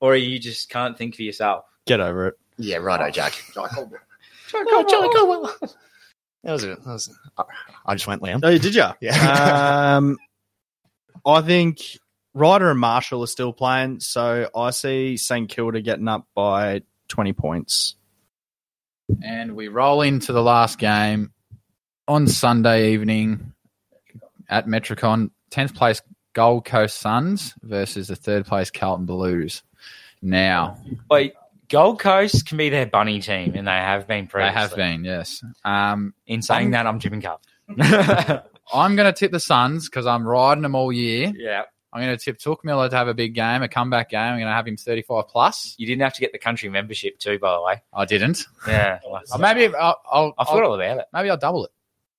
or you just can't think for yourself?
Get over it.
Yeah, righto, Jack.
Oh, Johnny, go-
That was it. That was it. I just went Liam.
Oh, did you?
Yeah.
Um, I think Ryder and Marshall are still playing, so I see St Kilda getting up by twenty points.
And we roll into the last game on Sunday evening at Metricon. 10th place Gold Coast Suns versus the third place Carlton Blues. Now,
Wait, Gold Coast can be their bunny team, and they have been
they
previously.
have been, yes. Um,
In saying
I'm-
that, I'm Jim Cup.
I'm going to tip the Suns because I'm riding them all year.
yeah,
I'm going to tip Took Miller to have a big game, a comeback game. I'm going to have him 35 plus.
you didn't have to get the country membership too, by the way.
I didn't.
Yeah,
Uh, maybe if I'll, I'll,
I forgot all about it.
maybe I'll double it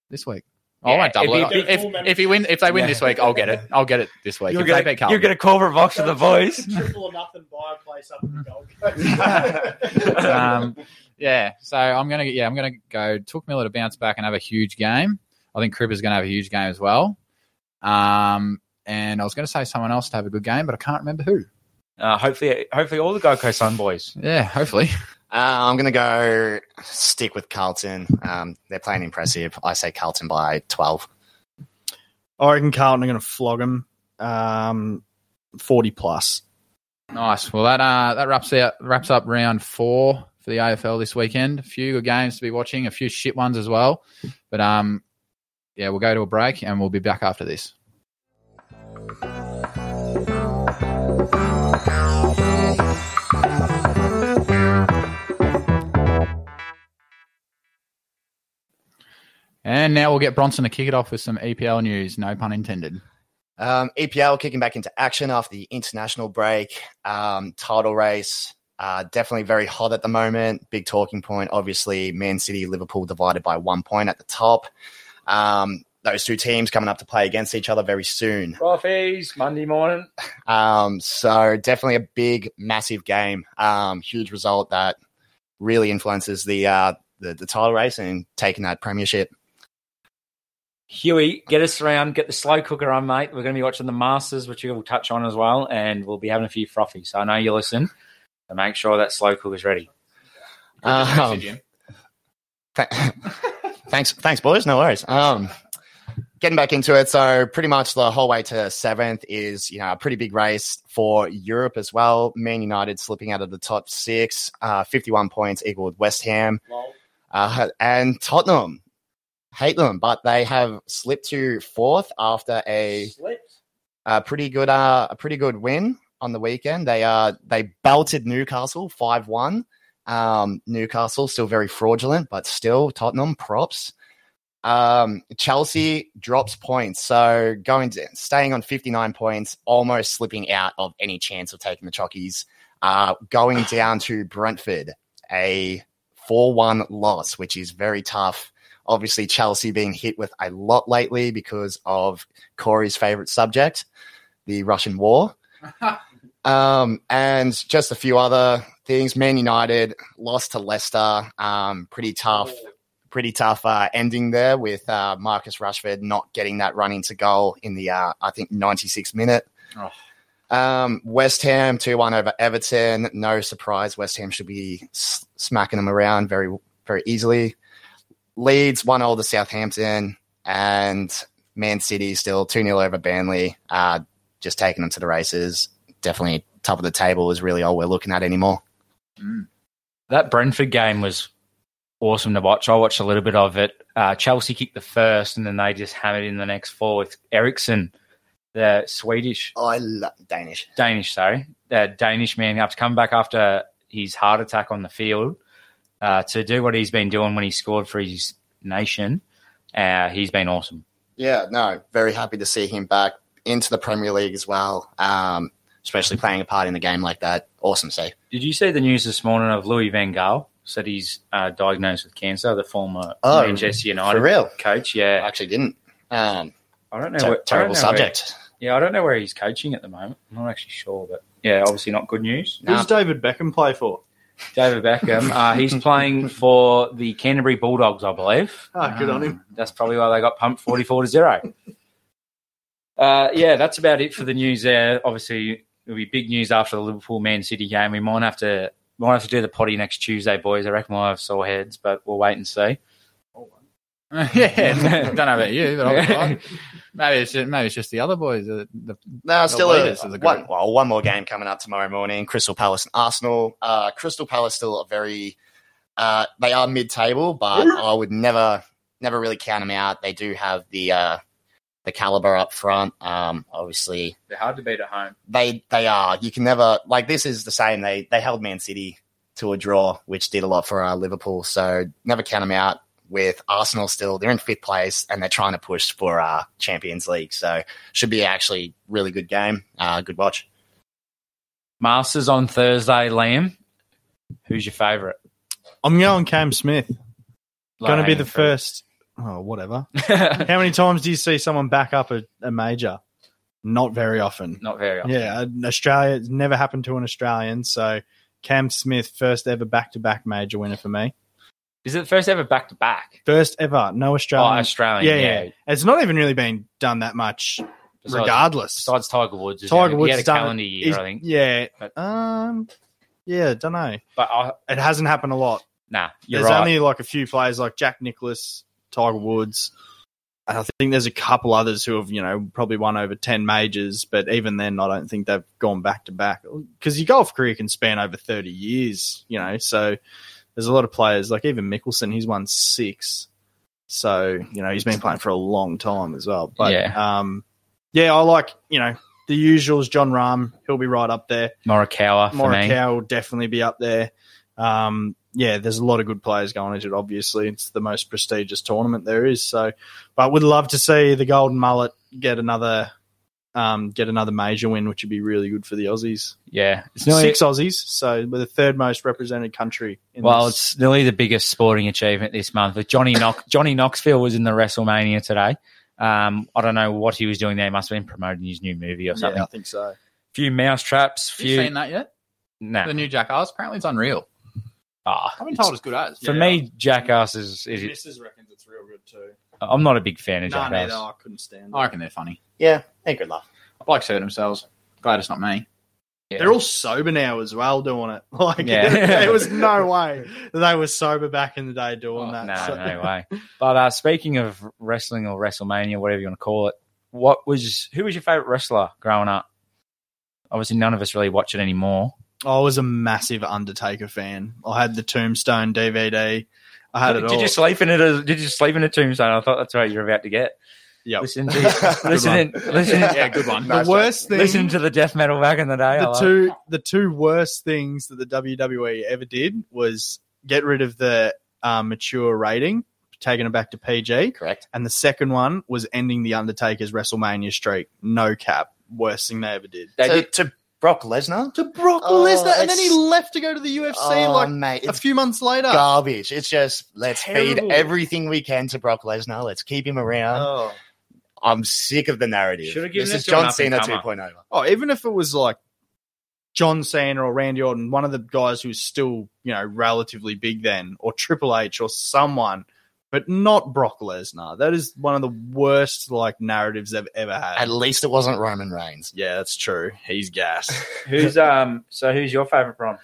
this week. Oh,
Yeah,
I won't double
it'd
it.
be-
If, if he win, if they win
Yeah.
this week, I'll get it. I'll get it this week.
You're
if
gonna,
they beat
you're
Carlton.
gonna corporate box for the boys.
Triple or nothing buy a place up in the Gold Coast.
um, yeah. So I'm gonna yeah I'm gonna go Took Miller to bounce back and have a huge game. I think Cribber's gonna have a huge game as well. Um, and I was gonna say someone else to have a good game, but I can't remember who.
Uh, hopefully, hopefully all the Gold Coast Sun boys.
Yeah, hopefully.
Uh, I'm going to go stick with Carlton. Um, they're playing impressive. I say Carlton by 12.
I reckon Carlton are going to flog them um, 40 plus.
Nice. Well, that uh, that wraps out wraps up round four for the AFL this weekend. A few good games to be watching, a few shit ones as well. But um, yeah, we'll go to a break and we'll be back after this. And now we'll get Bronson to kick it off with some EPL news. No pun intended.
Um, EPL kicking back into action after the international break. Um, title race uh, definitely very hot at the moment. Big talking point, obviously. Man City, Liverpool divided by one point at the top. Um, those two teams coming up to play against each other very soon.
Coffees Monday morning.
Um, so definitely a big, massive game. Um, huge result that really influences the, uh, the the title race and taking that premiership.
Huey, get us around, get the slow cooker on, mate. We're going to be watching the Masters, which we'll touch on as well, and we'll be having a few frothies. So I know you listen, so make sure that slow cooker's ready.
Um, Th- thanks, thanks, boys. No worries. Um, getting back into it, so pretty much the whole way to seventh is you know a pretty big race for Europe as well. Man United slipping out of the top six, uh, fifty-one points equal with West Ham, uh, and Tottenham. Hate them, but they have slipped to fourth after a a pretty good uh, a pretty good win on the weekend. They uh they belted Newcastle five one. Um, Newcastle still very fraudulent, but still Tottenham props. Um, Chelsea drops points, so going to, staying on fifty nine points, almost slipping out of any chance of taking the chockies. Uh, going down to Brentford, a four one loss, which is very tough. Obviously, Chelsea being hit with a lot lately because of Corey's favorite subject, the Russian war. Um, and just a few other things. Man United lost to Leicester. Um, pretty tough, pretty tough uh, ending there with uh, Marcus Rashford not getting that run into goal in the uh, I think 96 minute.
Oh.
Um, West Ham 2 1 over Everton. No surprise, West Ham should be s- smacking them around very, very easily. Leeds 1 0 to Southampton. And Man City still 2 0 over Burnley. Uh, just taking them to the races. Definitely top of the table is really all we're looking at anymore.
That Brentford game was awesome to watch. I watched a little bit of it. Uh, Chelsea kicked the first, and then they just hammered in the next four with Eriksson, the Swedish,
I love Danish.
Danish, sorry, the Danish man, have to come back after his heart attack on the field uh, to do what he's been doing when he scored for his nation. Uh, he's been awesome.
Yeah, no, very happy to see him back into the Premier League as well. Um, especially playing a part in a game like that. Awesome save.
Did you see the news this morning of Louis Van Gaal? Said he's uh, diagnosed with cancer. The former
Oh,
Manchester United
for real?
coach.
I
Yeah,
actually didn't. Um,
I don't know.
te-
where- I don't
terrible
know where-
subject.
yeah, I don't know where he's coaching at the moment. I'm not actually sure, but yeah, obviously not good news.
Who's David Beckham play for?
David Beckham. Uh, he's playing for the Canterbury Bulldogs, I believe. Um,
Ah, good on him.
That's probably why they got pumped 44 to 0. Uh, yeah, that's about it for the news there. Obviously, it'll be big news after the Liverpool Man City game. We might have to might have to do the potty next Tuesday, boys. I reckon we'll have sore heads, but we'll wait and see.
yeah, don't know about you, but I'll be fine. maybe it's just, maybe it's just the other boys. The, the,
No, still a,
leaders of the
one,
group.
well, one more game coming up tomorrow morning. Crystal Palace and Arsenal. Uh, Crystal Palace still a very uh, they are mid table, but I would never never really count them out. They do have the uh, the caliber up front. Um, obviously,
they're hard to beat at home.
they they are. You can never like this is the same. They they held Man City to a draw, which did a lot for uh, Liverpool. So never count them out. With Arsenal still, they're in fifth place and they're trying to push for uh, Champions League. So should be actually really good game. Uh, good watch.
Masters on Thursday, Liam. Who's your favourite?
I'm going Cam Smith. Going to be
Low-hanging
the
fruit.
first. Oh, whatever. How many times do you see someone back up a, a major? Not very often.
Not very often.
Yeah, an Australia. It's never happened to an Australian. So Cam Smith, first ever back to back major winner for me.
Is it the first ever back to back?
First ever. No
Oh,
Australian.
Australian.
yeah, yeah, It's not even really been done that much
Besides-
regardless.
Besides Tiger Woods, is
Tiger
having-
Woods
he had a
done it.
calendar year,
He's-
I think.
Yeah.
But-
Um. Yeah. Don't know.
But I,
It hasn't happened a lot.
nah, you're
there's
right.
only like a few players like Jack Nicholas, Tiger Woods. And I think there's a couple others who have, you know, probably won over 10 majors, but even then, I don't think they've gone back to back because your golf career can span over 30 years, you know. So there's a lot of players, like even Mickelson, he's won six. So, you know, he's been playing for a long time as well. But,
Yeah.
um, yeah, I like, you know, the usuals, John Rahm, he'll be right up there.
Morikawa for me.
Morikawa will definitely be up there. Um, yeah, there's a lot of good players going into it. Obviously, it's the most prestigious tournament there is. So, but would love to see the Golden Mullet get another um, get another major win, which would be really good for the Aussies.
Yeah, it's nearly,
Six Aussies, so we're the third most represented country. In
well,
this.
it's nearly the biggest sporting achievement this month. But Johnny Knox, Johnny Knoxville was in the WrestleMania today. Um, I don't know what he was doing there. He must have been promoting his new movie or something.
yeah, I think so.
Few mouse traps,
Have you
few
seen that yet?
nah.
The new Jackass? Apparently it's unreal.
Ah,
I've been told it's good as.
for me, Jackass is. is
Mrs. reckons it's real good too.
I'm not a big fan of
No,
Jackass.
neither. I couldn't stand.
I reckon they're funny.
Yeah, they're good laugh.
I like to hurt themselves. Glad it's not me.
Yeah.
They're all sober now as well doing it. Like
Yeah.
there was no way that they were sober back in the day doing
Oh,
that.
no,
So-
no way. But uh, speaking of wrestling or WrestleMania, whatever you want to call it, what was who was your favorite wrestler growing up? Obviously, none of us really watch it anymore.
I was a massive Undertaker fan. I had the Tombstone DVD. I had it
did
all.
you sleep in it? As, did you sleep in a tombstone? I thought that's what you're about to get.
Yep.
Listen to listen, in, listen,
Yeah, good one.
the worst thing,
listen to the death metal back in the day. I
the
love it.
two the two worst things that the WWE ever did was get rid of the uh, mature rating, taking it back to PG,
Correct.
and the second one was ending the Undertaker's WrestleMania streak. No cap, worst thing they ever did.
They
To,
did-
to Brock Lesnar.
To Brock
Oh,
Lesnar, and then he
it's-
left to go to the UFC
Oh,
like
mate,
a
it's
few months later.
garbage. It's just let's
Terrible.
feed everything we can to Brock Lesnar. Let's keep him around.
Oh.
I'm sick of the narrative.
Should've given
This
it
is
to an
John Cena
up-and-comer.
2.0.
Oh, even if it was like John Cena or Randy Orton, one of the guys who's still, you know, relatively big then, or Triple H or someone, but not Brock Lesnar. That is one of the worst like narratives I've ever had.
At least it wasn't Roman Reigns.
yeah, that's true. He's gas.
Who's um? So who's your favorite prom?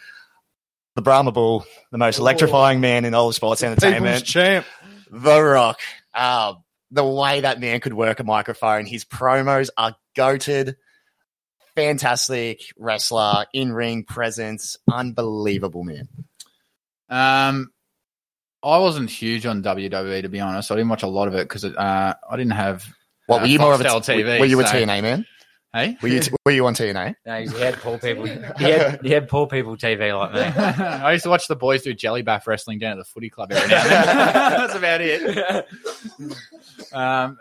The Brahma Bull, the most electrifying man in all of sports
People's
entertainment.
champ.
the Rock. Uh, the way that man could work a microphone, his promos are goated. Fantastic wrestler, in ring presence, unbelievable man.
Um, I wasn't huge on WWE to be honest. I didn't watch a lot of it because uh, I didn't have.
What were
Uh,
you more of a
Foxtel TV,
Were you a
so-
TNA man?
Hey,
Were you were you on TNA?
No, he had poor people. He had, he had poor people TV like me.
I used to watch the boys do jelly bath wrestling down at the footy club every now and then. That's about it. Um,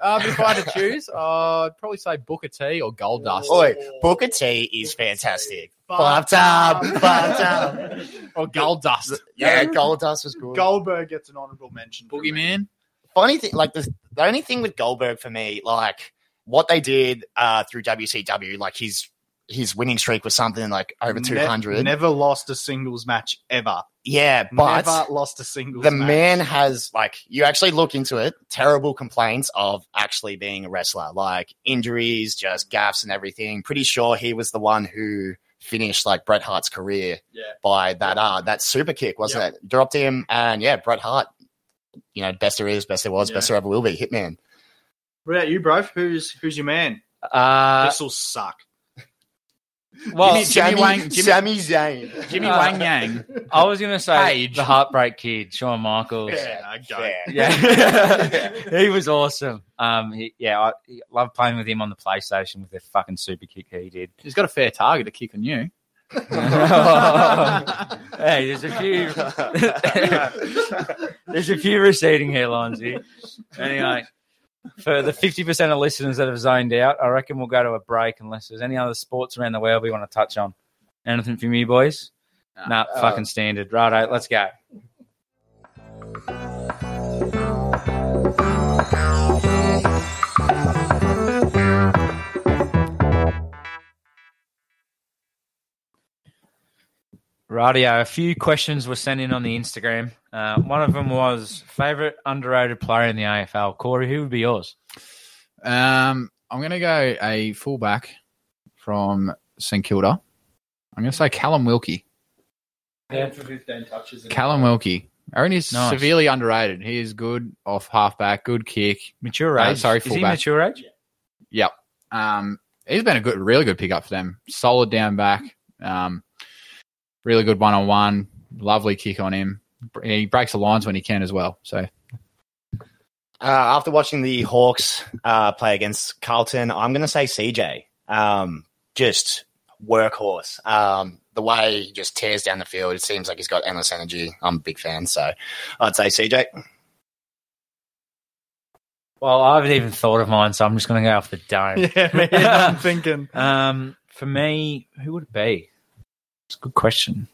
uh, but if I had to choose, I'd probably say Booker T or Gold Dust
Oi, Booker T is fantastic. Five time, five time.
or Gold Dust
Yeah, Goldust was good.
Goldberg gets an honorable mention. for me.
Boogeyman.
funny thing, like the, the only thing with Goldberg for me, like what they did uh, through WCW, like his his winning streak was something like over
Ne-
two hundred.
never lost a singles match ever.
yeah, but
never lost a singles
the
match.
man has like you actually look into it. Terrible complaints of actually being a wrestler, like injuries, just gaffes and everything. Pretty sure he was the one who finished like Bret Hart's career
Yeah.
by that uh that super kick, wasn't it? Dropped him, and yeah, Bret Hart. You know, best there is, best there was,
Yeah.
best there ever will be. Hitman.
What about you, bro? Who's who's your man?
Uh,
this will suck.
well,
Jimmy- Jimmy Wang- Jimmy-
Sami Zayn.
Jimmy
Uh,
Wang Yang.
I was gonna say
Page.
the Heartbreak Kid, Shawn Michaels.
Yeah, go.
Yeah, he was awesome. Um, he, yeah, I he- loved playing with him on the PlayStation with the fucking super kick he did.
He's got a fair target to kick on you.
hey, there's a few, there's a few receding hairlines here. Anyway, for the fifty percent of listeners that have zoned out, I reckon we'll go to a break unless there's any other sports around the world we want to touch on. Anything from you boys? Nah,
Nah.
fucking standard. Righto, let's go. Radio. A few questions were sent in on the Instagram. Uh, one of them was favorite underrated player in the AFL. Corey, who would be yours?
Um, I'm going to go a fullback from St Kilda. I'm going to say Callum Wilkie. Callum Wilkie. I reckon he's
Nice.
severely underrated. He is good off halfback, good kick.
Mature age.
Uh, sorry,
Is he
fullback.
mature age?
Yep. Um, he's been a good, really good pickup for them. Solid down back. Um, really good one on one. Lovely kick on him. He breaks the lines when he can as well. So
Uh, after watching the Hawks uh, play against Carlton, I'm going to say CJ. Um, just workhorse. Um, the way he just tears down the field, it seems like he's got endless energy. I'm a big fan, so I'd say CJ.
Well, I haven't even thought of mine, so I'm just going to go off the dome.
Yeah, man, I'm thinking.
Um, for me, who would it be? It's a good question.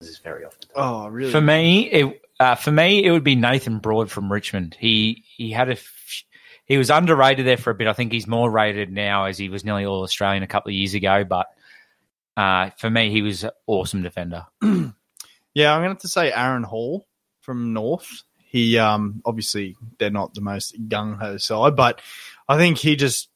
This is very often.
Oh, really?
For me, it uh, for me it would be Nathan Broad from Richmond. He he had a f- he was underrated there for a bit. I think he's more rated now as he was nearly all Australian a couple of years ago. But uh, for me, he was an awesome defender.
Yeah, I'm gonna have to say Aaron Hall from North. He um obviously they're not the most gung ho side, but I think he just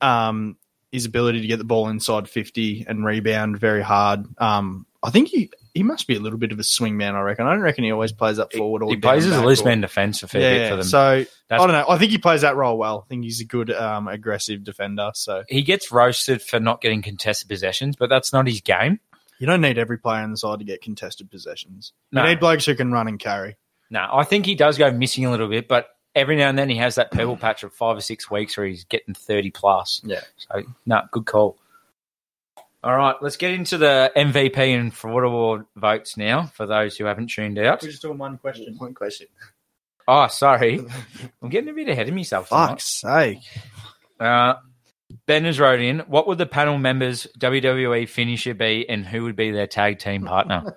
um his ability to get the ball inside fifty and rebound very hard. Um I think he he must be a little bit of a swingman, I reckon. I don't reckon he always plays up forward or
He plays
down
as a
back
loose
or-
man defence a fair bit
Yeah,
for them.
so
That's-
I don't know. I think he plays that role well. I think he's a good um, aggressive defender. So
he gets roasted for not getting contested possessions, but that's not his game.
you don't need every player on the side to get contested possessions.
No.
You need blokes who can run and carry.
No, I think he does go missing a little bit, but every now and then he has that purple patch of five or six weeks where he's getting 30 plus.
Yeah.
So, no, good call. All right, let's get into the MVP and fraud award votes now for those who haven't tuned out.
just doing one question.
One question.
Oh, sorry. I'm getting a bit ahead of myself. tonight.
Fuck's sake.
Uh, ben has wrote in, what would the panel members' WWE finisher be and who would be their tag team partner?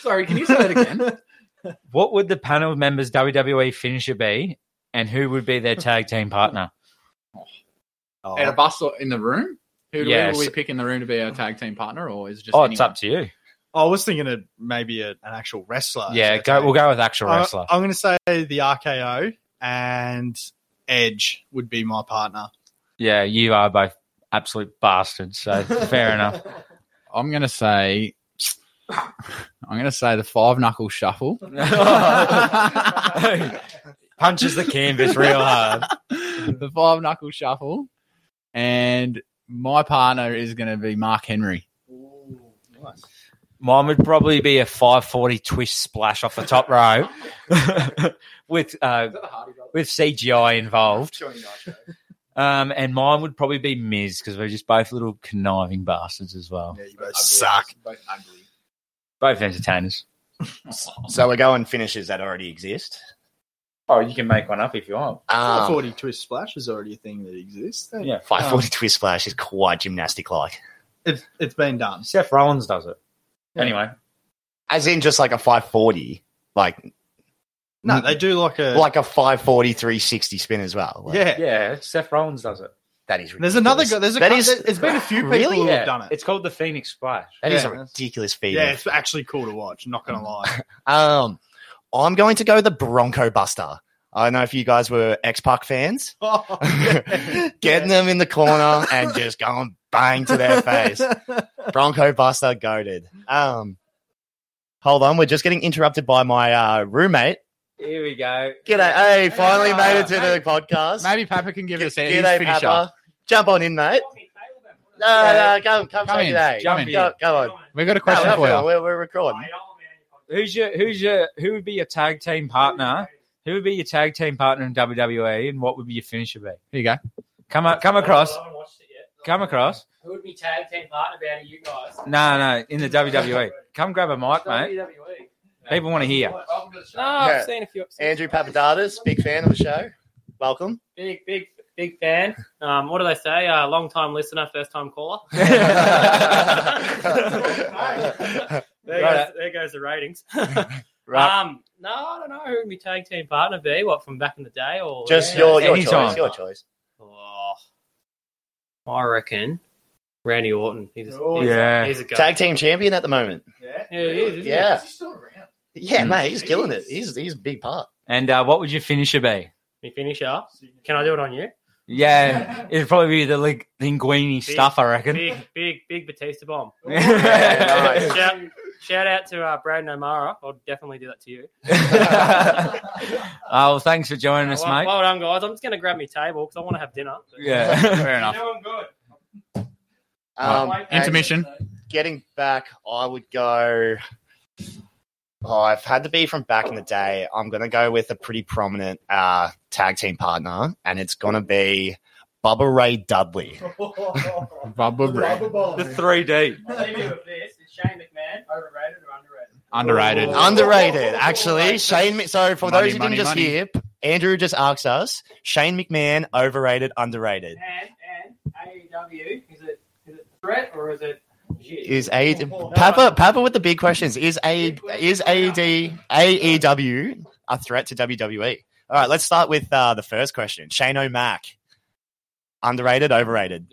sorry, can you say that again?
what would the panel members' WWE finisher be and who would be their tag team partner?
Oh,
At a bus or in the room. Who do
Yes.
we, will we pick in the room to be our tag team partner, or is it just?
Oh,
anyone?
it's up to you.
I was thinking of maybe a, an actual wrestler.
yeah, go. We'll go with actual
Uh,
wrestler.
I, am going to say the RKO and Edge would be my partner.
yeah, you are both absolute bastards. So fair enough.
I'm gonna say. I'm gonna say the five knuckle shuffle.
Punches the canvas real hard.
the five knuckle shuffle, and my partner is gonna be Mark Henry.
Mine would probably be a 540 twist splash off the top row with uh, with CGI involved. Um, and mine would probably be Miz because we're just both little conniving bastards as well.
Yeah, you both suck.
Both entertainers.
So we're going finishes that already exist.
Oh, you can make one up if you want.
Um,
40 twist splash is already a thing that exists.
Yeah.
Five forty twist splash is quite gymnastic like,
It's, it's been done.
Seth Rollins does it. Anyway,
as in just like a five forty, like
Mm.
No, they do like a.
like a 540 360 spin as well. Like,
yeah.
yeah, Seth Rollins does it.
that is.
There's another guy. There's a.
That
That
is-
it's been a few people
Really?
who
Yeah,
have done it.
It's called the Phoenix Splash.
That is
Yeah,
a
that's-
ridiculous feat.
yeah, it's actually cool to watch. Not going to lie.
Um, I'm going to go the Bronco Buster. I don't know if you guys were X Pac fans.
Oh, yeah.
Getting them in the corner and just going bang to their face. Bronco Buster goaded. Um, hold on, we're just getting interrupted by my uh, roommate.
Here we go.
G'day, hey, finally made it to the
Maybe-
podcast.
Maybe Papa can give
G-
us a his finisher.
Papa. Jump on in, mate. No, no, come, come,
Come
say
in,
g'day.
jump
in.
Go, go on.
We've got a
No,
question
no,
for you.
We're, we're recording.
Who's your who's your who would be your tag team partner? Who would be your tag team partner in WWE, and what would be your finisher be?
Here you go.
Come up, come across,
I haven't watched it yet.
come across.
Who would be tag team partner about you guys?
No, no, in the WWE. Come grab a mic, mate.
WWE.
People want to hear.
No, I've
Yeah.
seen a few episodes.
Andrew Papadatas, big fan of the show. Welcome.
Big, big, big fan. Um, what do they say? Uh, long time listener, first time caller.
right.
There,
Right.
goes, there goes the ratings. Um, no, I don't know who would be tag team partner be. What from back in the day or
Just
Yeah.
your, your
Anytime.
choice. Your choice.
Oh, I reckon Randy
Oh,
Orton. He's, he's,
Yeah.
he's a guy.
Tag team champion at the moment.
yeah, he is, isn't he?
Yeah. Yeah, mate, he's killing it. He's he's a big part.
And uh, what would your finisher be?
Me finisher. Can I do it on you?
Yeah, it'd probably be the ling- linguini stuff, I reckon.
Big, big, big Batista bomb.
Yeah, nice.
shout, shout out to uh, Braden O'Mara. I'll definitely do that to you.
oh, well, thanks for joining us,
well,
mate.
well done, guys. I'm just going to grab my table because I want to have dinner.
Yeah, fair
You
enough.
know I'm good.
Um,
Right.
and
Intermission.
Getting back, I would go. Oh, I've had to be from back in the day. I'm gonna go with a pretty prominent uh, tag team partner, and it's gonna be Bubba Ray Dudley.
Bubba Ray.
The three D.
I'll leave you with this. Is Shane McMahon overrated or
Underrated.
underrated?
Underrated, actually. Shane. Mc- So for
Money,
those who didn't
money,
just
money.
hear, Andrew just asked us: Shane McMahon, overrated, underrated?
And, and AEW, is it, is it threat or is it
Is A Papa Papa with the big questions? Is A is AED AEW a threat to WWE? All right, let's start with uh, the first question. Shane O'Mac, underrated, overrated.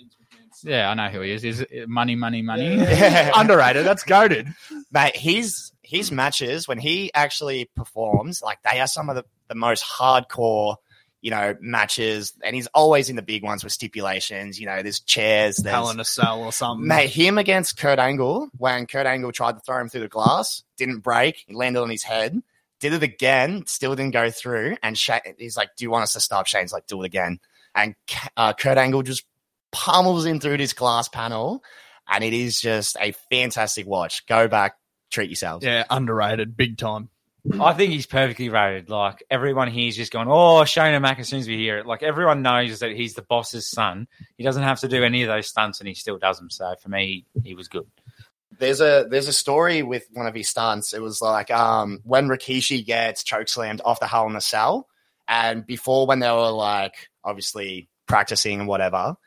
Yeah, I know who he is. Is it money, money, money.
Yeah.
Underrated. That's goaded.
Mate, his his matches when he actually performs, like they are some of the, the most hardcore, you know, matches, and he's always in the big ones with stipulations. You know, there's chairs, there's
Hell in a cell or something.
Mate, him against Kurt Angle when Kurt Angle tried to throw him through the glass, didn't break, he landed on his head, did it again, still didn't go through. And Sha he's like, Do you want us to stop? Shane's like, Do it again. And K- uh, Kurt Angle just pummels him through this glass panel. And it is just a fantastic watch. Go back, treat yourselves.
Yeah, underrated, big time.
I think he's perfectly rated. Like everyone here's just going, oh, Shane O'Mac as soon as we hear it. Like everyone knows that he's the boss's son. He doesn't have to do any of those stunts, and he still does them. So for me, he was good.
There's a there's a story with one of his stunts. It was like um, when Rikishi gets chokeslammed off the Hell in a Cell, and before when they were like obviously practicing and whatever,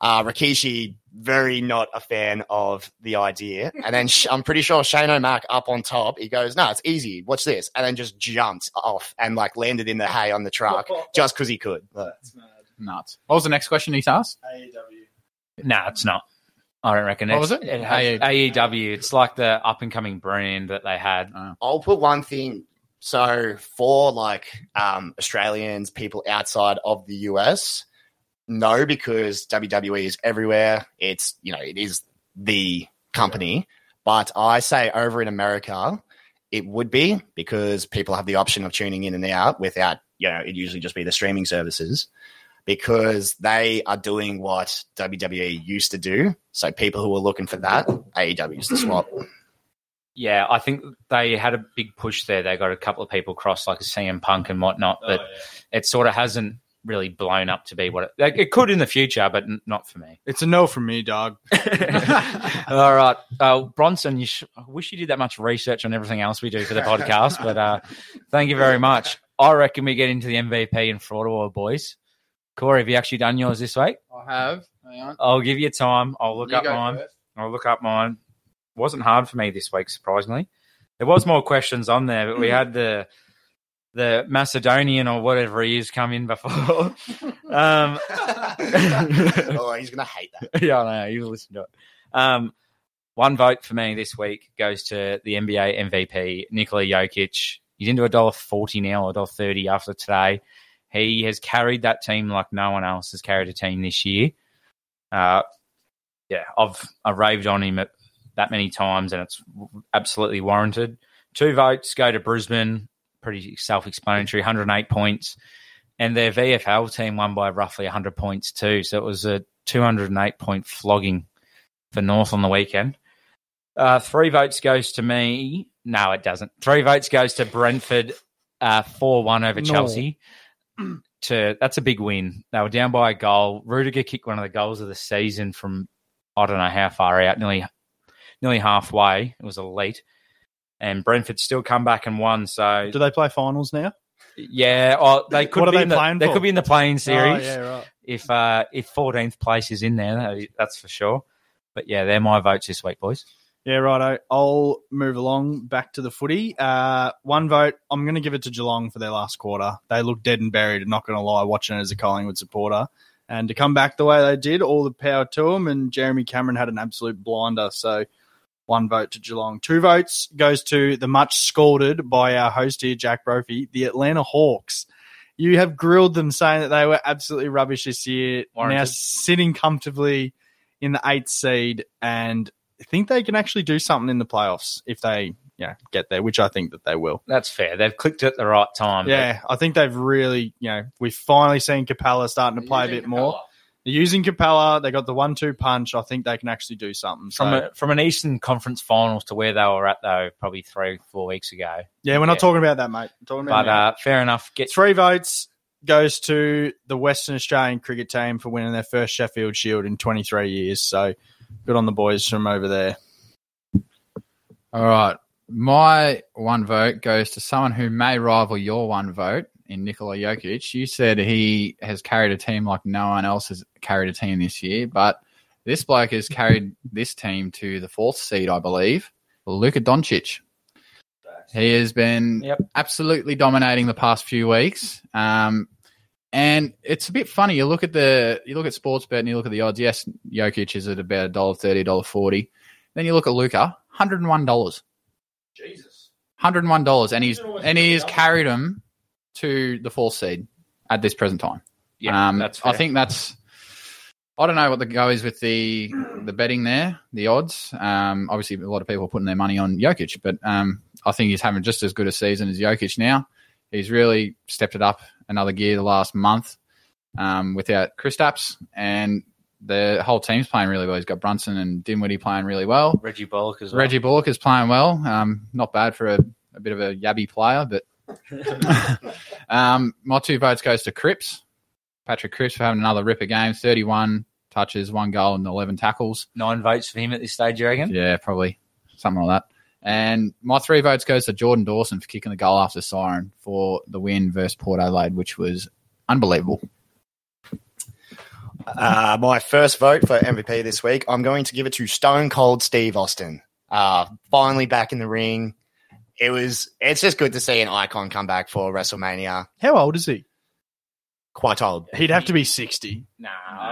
uh, Rikishi very not a fan of the idea. And then Sh- I'm pretty sure Shane O'Mac up on top, he goes, "No, it's easy. Watch this," and then just jumped off and like landed in the hay on the truck just because he could. But-
Nuts. What was the next question he's asked?
No, it's not. I don't reckon.
What
It's-
was it?
it has- AEW. It's like the up and coming brand that they had.
I'll put one thing. So for like um, Australians, people outside of the US, no, because WWE is everywhere. It's you know it is the company, but I say over in America, it would be because people have the option of tuning in and out without you know it usually just be the streaming services because they are doing what WWE used to do. So people who are looking for that, E AEW is the swap.
Yeah, I think they had a big push there. They got a couple of people cross, like a CM Punk and whatnot,
Oh,
but it sort of hasn't really blown up to be what it, like, it could in the future, but n- not for me.
It's a no from me, dog.
All right, uh, Bronson, you sh- I wish you did that much research on everything else we do for the podcast, but uh, thank you very much. I reckon we get into the MVP and fraud award, boys. Corey, have you actually done yours this week?
I have. Hang on.
I'll give you time. I'll look
You
up
go
mine.
first.
I'll look up mine. Wasn't hard for me this week, surprisingly. There was more questions on there, but we had the the Macedonian or whatever he is come in before. um,
oh, he's gonna hate that.
yeah, I know you listen to it. Um, one vote for me this week goes to the NBA MVP Nikola Jokic. He's into a dollar forty now, a dollar thirty after today. He has carried that team like no one else has carried a team this year. Uh, yeah, I've I raved on him at- that many times, and it's absolutely warranted. Two votes go to Brisbane. Pretty self-explanatory. 108 points, and their VFL team won by roughly 100 points too. So it was a 208 point flogging for North on the weekend. Uh, three votes goes to me. No, it doesn't. Three votes goes to Brentford, uh, four one over
No.
Chelsea. To that's a big win. They were down by a goal. Rudiger kicked one of the goals of the season from I don't know how far out, nearly nearly halfway. It was elite. And Brentford still come back and won. So
Do they play finals now?
yeah, or they could
What are
be
they
in the,
playing
they
for?
could be in the playing series
Oh, yeah, right.
if uh if fourteenth place is in there, that- that's for sure. But yeah, they're my votes this week, boys.
Yeah, right. I'll move along back to the footy. Uh, one vote. I'm going to give it to Geelong for their last quarter. They looked dead and buried. Not going to lie, watching it as a Collingwood supporter, and to come back the way they did, all the power to them. And Jeremy Cameron had an absolute blinder. So One vote to Geelong. Two votes goes to the much scolded by our host here, Jack Brophy, the Atlanta Hawks. You have grilled them saying that they were absolutely rubbish this year. Now
Warranted.
sitting comfortably in the eighth seed and think they can actually do something in the playoffs if they yeah, get there, which I think that they will.
That's fair. They've clicked at the right time.
Yeah, I think they've really, you know, we've finally seen Capella starting to play a bit more. They're using Capella. They got the one-two punch. I think they can actually do something. So,
From a, from an Eastern Conference Finals to where they were at though, probably three four weeks ago.
yeah, we're not
yeah.
talking about that, mate. We're talking about
But
now.
uh, fair enough. Get
three votes goes to the Western Australian cricket team for winning their first Sheffield Shield in 23 years. So good on the boys from over there.
All right. My one vote goes to someone who may rival your one vote in Nikola Jokic. You said he has carried a team like no one else has carried a team this year, but this bloke has carried this team to the fourth seed, I believe. Luka Doncic. He has been
Yep.
absolutely dominating the past few weeks. Um, and it's a bit funny. You look at the you look at sports bet and you look at the odds. Yes, Jokic is at about $1.30, $1.40. Then you look at Luca, hundred and one dollars. Jesus, hundred and one dollars, and he's and he has carried him to the fourth seed at this present time.
yeah,
um,
that's
I
fair.
think that's. I don't know what the go is with the the betting there, the odds. Um, obviously, a lot of people are putting their money on Jokic, but um, I think he's having just as good a season as Jokic now. He's really stepped it up another gear the last month um, without Kristaps, and the whole team's playing really well. He's got Brunson and Dinwiddie playing really well.
Reggie Bullock as well.
Reggie Bullock is playing well. Um, not bad for a, a bit of a yabby player, but um, my two votes goes to Cripps, Patrick Cripps for having another ripper game. Thirty-one touches, one goal, and eleven tackles.
nine votes for him at this stage. You reckon?
Yeah, probably something like that. And my three votes goes to Jordan Dawson for kicking the goal after siren for the win versus Port Adelaide, which was unbelievable.
Uh, my first vote for MVP this week, I'm going to give it to Stone Cold Steve Austin. Uh, finally back in the ring. It was. It's just good to see an icon come back for WrestleMania.
How old is he?
Quite old.
He'd have to be 60.
Nah,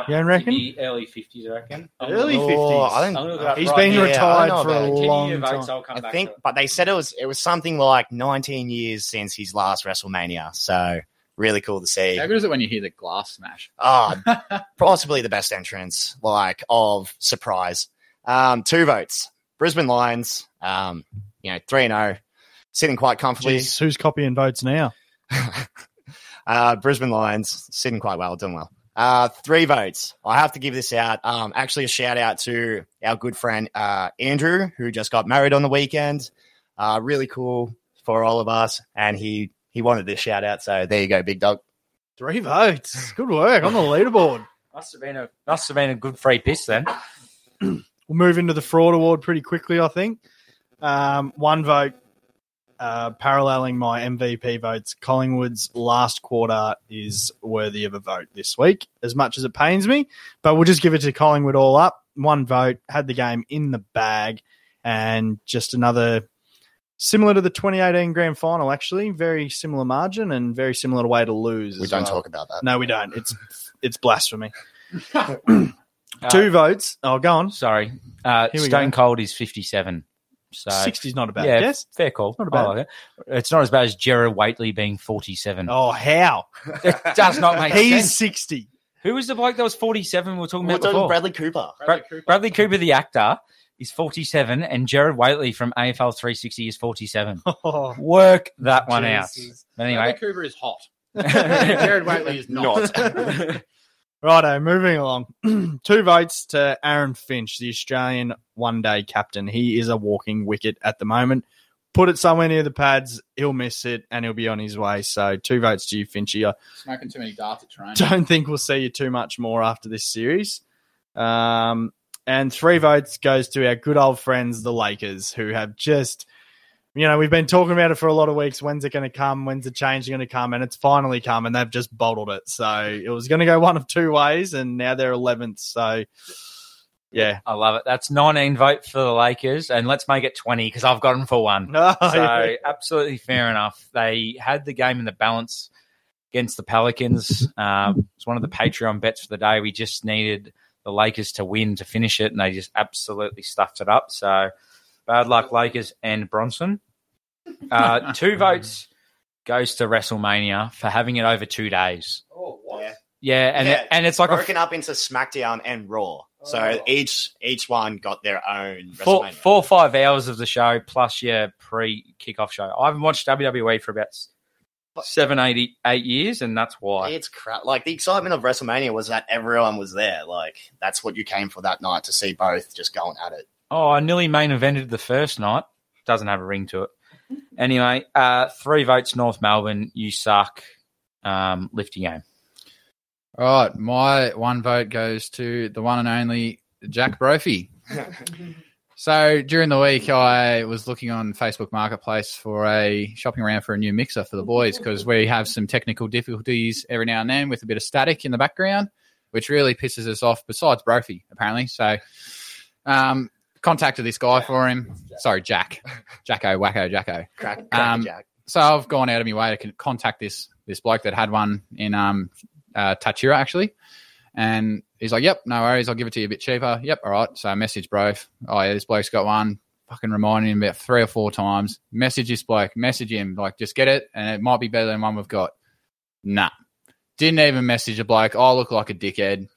You don't reckon?
Maybe early fifties. I reckon.
Early
Oh,
50s.
I think-
I'm gonna look it up
He's
right
been
now.
I
retired
know
for a
about it.
Give me
long
your votes,
time.
I'll come
I
back
think,
to it.
but they said it was it was something like 19 years since his last WrestleMania. So really cool to see.
How good is it when you hear the glass smash?
Ah, possibly the best entrance like of surprise. Um, two votes, Brisbane Lions. Um, you know, three and zero, sitting quite comfortably.
Jeez, who's copying votes now?
uh, Brisbane Lions sitting quite well, doing well. Uh, three votes. I have to give this out. Um, actually, a shout out to our good friend uh, Andrew, who just got married on the weekend. Uh, really cool for all of us, and he he wanted this shout out. So there you go, big dog.
Three votes. Good work on the leaderboard.
Must have been a must have been a good free piss then.
We'll move into the fraud award pretty quickly, I think. Um, one vote, uh, paralleling my MVP votes, Collingwood's last quarter is worthy of a vote this week, as much as it pains me. But we'll just give it to Collingwood all up. One vote, had the game in the bag, and just another similar to the 2018 grand final, actually. Very similar margin and very similar way to lose.
We
as
don't
well.
talk about that.
No, we don't. It's it's blasphemy. Two votes. Oh, go on.
Uh, Sorry, uh,
Here we
Stone
go.
Cold is fifty-seven. So
60's not a bad
yeah,
guess.
fair call.
Not a bad-
I like it. It's not as bad as Jared Waitley being forty-seven.
Oh, how?
Oh, It does not make
He's
sense.
60.
Who was the bloke that was forty-seven? We were talking
We're
about
talking
before.
Bradley Cooper.
Bradley, Cooper. Bradley Cooper, the actor, is forty-seven, and Jared Waitley from AFL three sixty is forty-seven.
Oh,
Work that one
Jesus.
out. But anyway,
Cooper is hot. Jared Waitley is not.
Righto, moving along. Two votes to Aaron Finch, the Australian one day captain. He is a walking wicket at the moment. Put it somewhere near the pads, he'll miss it and he'll be on his way. So, two votes to you, Finchy. I
Smoking too many darts at training.
don't think we'll see you too much more after this series. Um, and three votes goes to our good old friends, the Lakers, who have just, you know, we've been talking about it for a lot of weeks. When's it going to come? When's the change going to come? And it's finally come, and they've just bottled it. So it was going to go one of two ways, and now they're 11th. So, yeah.
I love it. That's nineteen vote for the Lakers, and let's make it twenty because I've got them for one.
No,
so absolutely fair enough. They had the game in the balance against the Pelicans. Um, it's one of the Patreon bets for the day. We just needed the Lakers to win to finish it, and they just absolutely stuffed it up. So Bad luck, Lakers and Bronson. Uh, two votes goes to WrestleMania for having it over two days.
Oh, what?
Yeah.
Yeah, and
Yeah.
and it's like a
broken up into SmackDown and Raw. So
Oh.
each each one got their own
four,
WrestleMania.
four or five hours of the show plus your pre kickoff show. I haven't watched WWE for about s- seven, eight, eight years, and that's why.
It's crap. Like the excitement of WrestleMania was that everyone was there. Like that's what you came for that night to see both just going at it.
Oh, I nearly main evented the first night. Doesn't have a ring to it. Anyway, uh, three votes North Melbourne. You suck. Um, lift your game.
All right, my one vote goes to the one and only Jack Brophy. so during the week, I was looking on Facebook Marketplace for a shopping around for a new mixer for the boys because we have some technical difficulties every now and then with a bit of static in the background, which really pisses us off. Besides Brophy, apparently, so um, contacted this guy for him. Sorry, Jack, Jacko, Wacko, Jacko
Crack, crack
Um,
Jack.
so I've gone out of my way to con- contact this this bloke that had one in um, uh, Tachira actually, and he's like, "Yep, no worries, I'll give it to you a bit cheaper." Yep, all right. So I message bro, oh yeah, this bloke's got one. Fucking reminding him about three or four times. Message this bloke, message him, like just get it, and it might be better than one we've got. Nah, didn't even message a bloke. I look like a dickhead.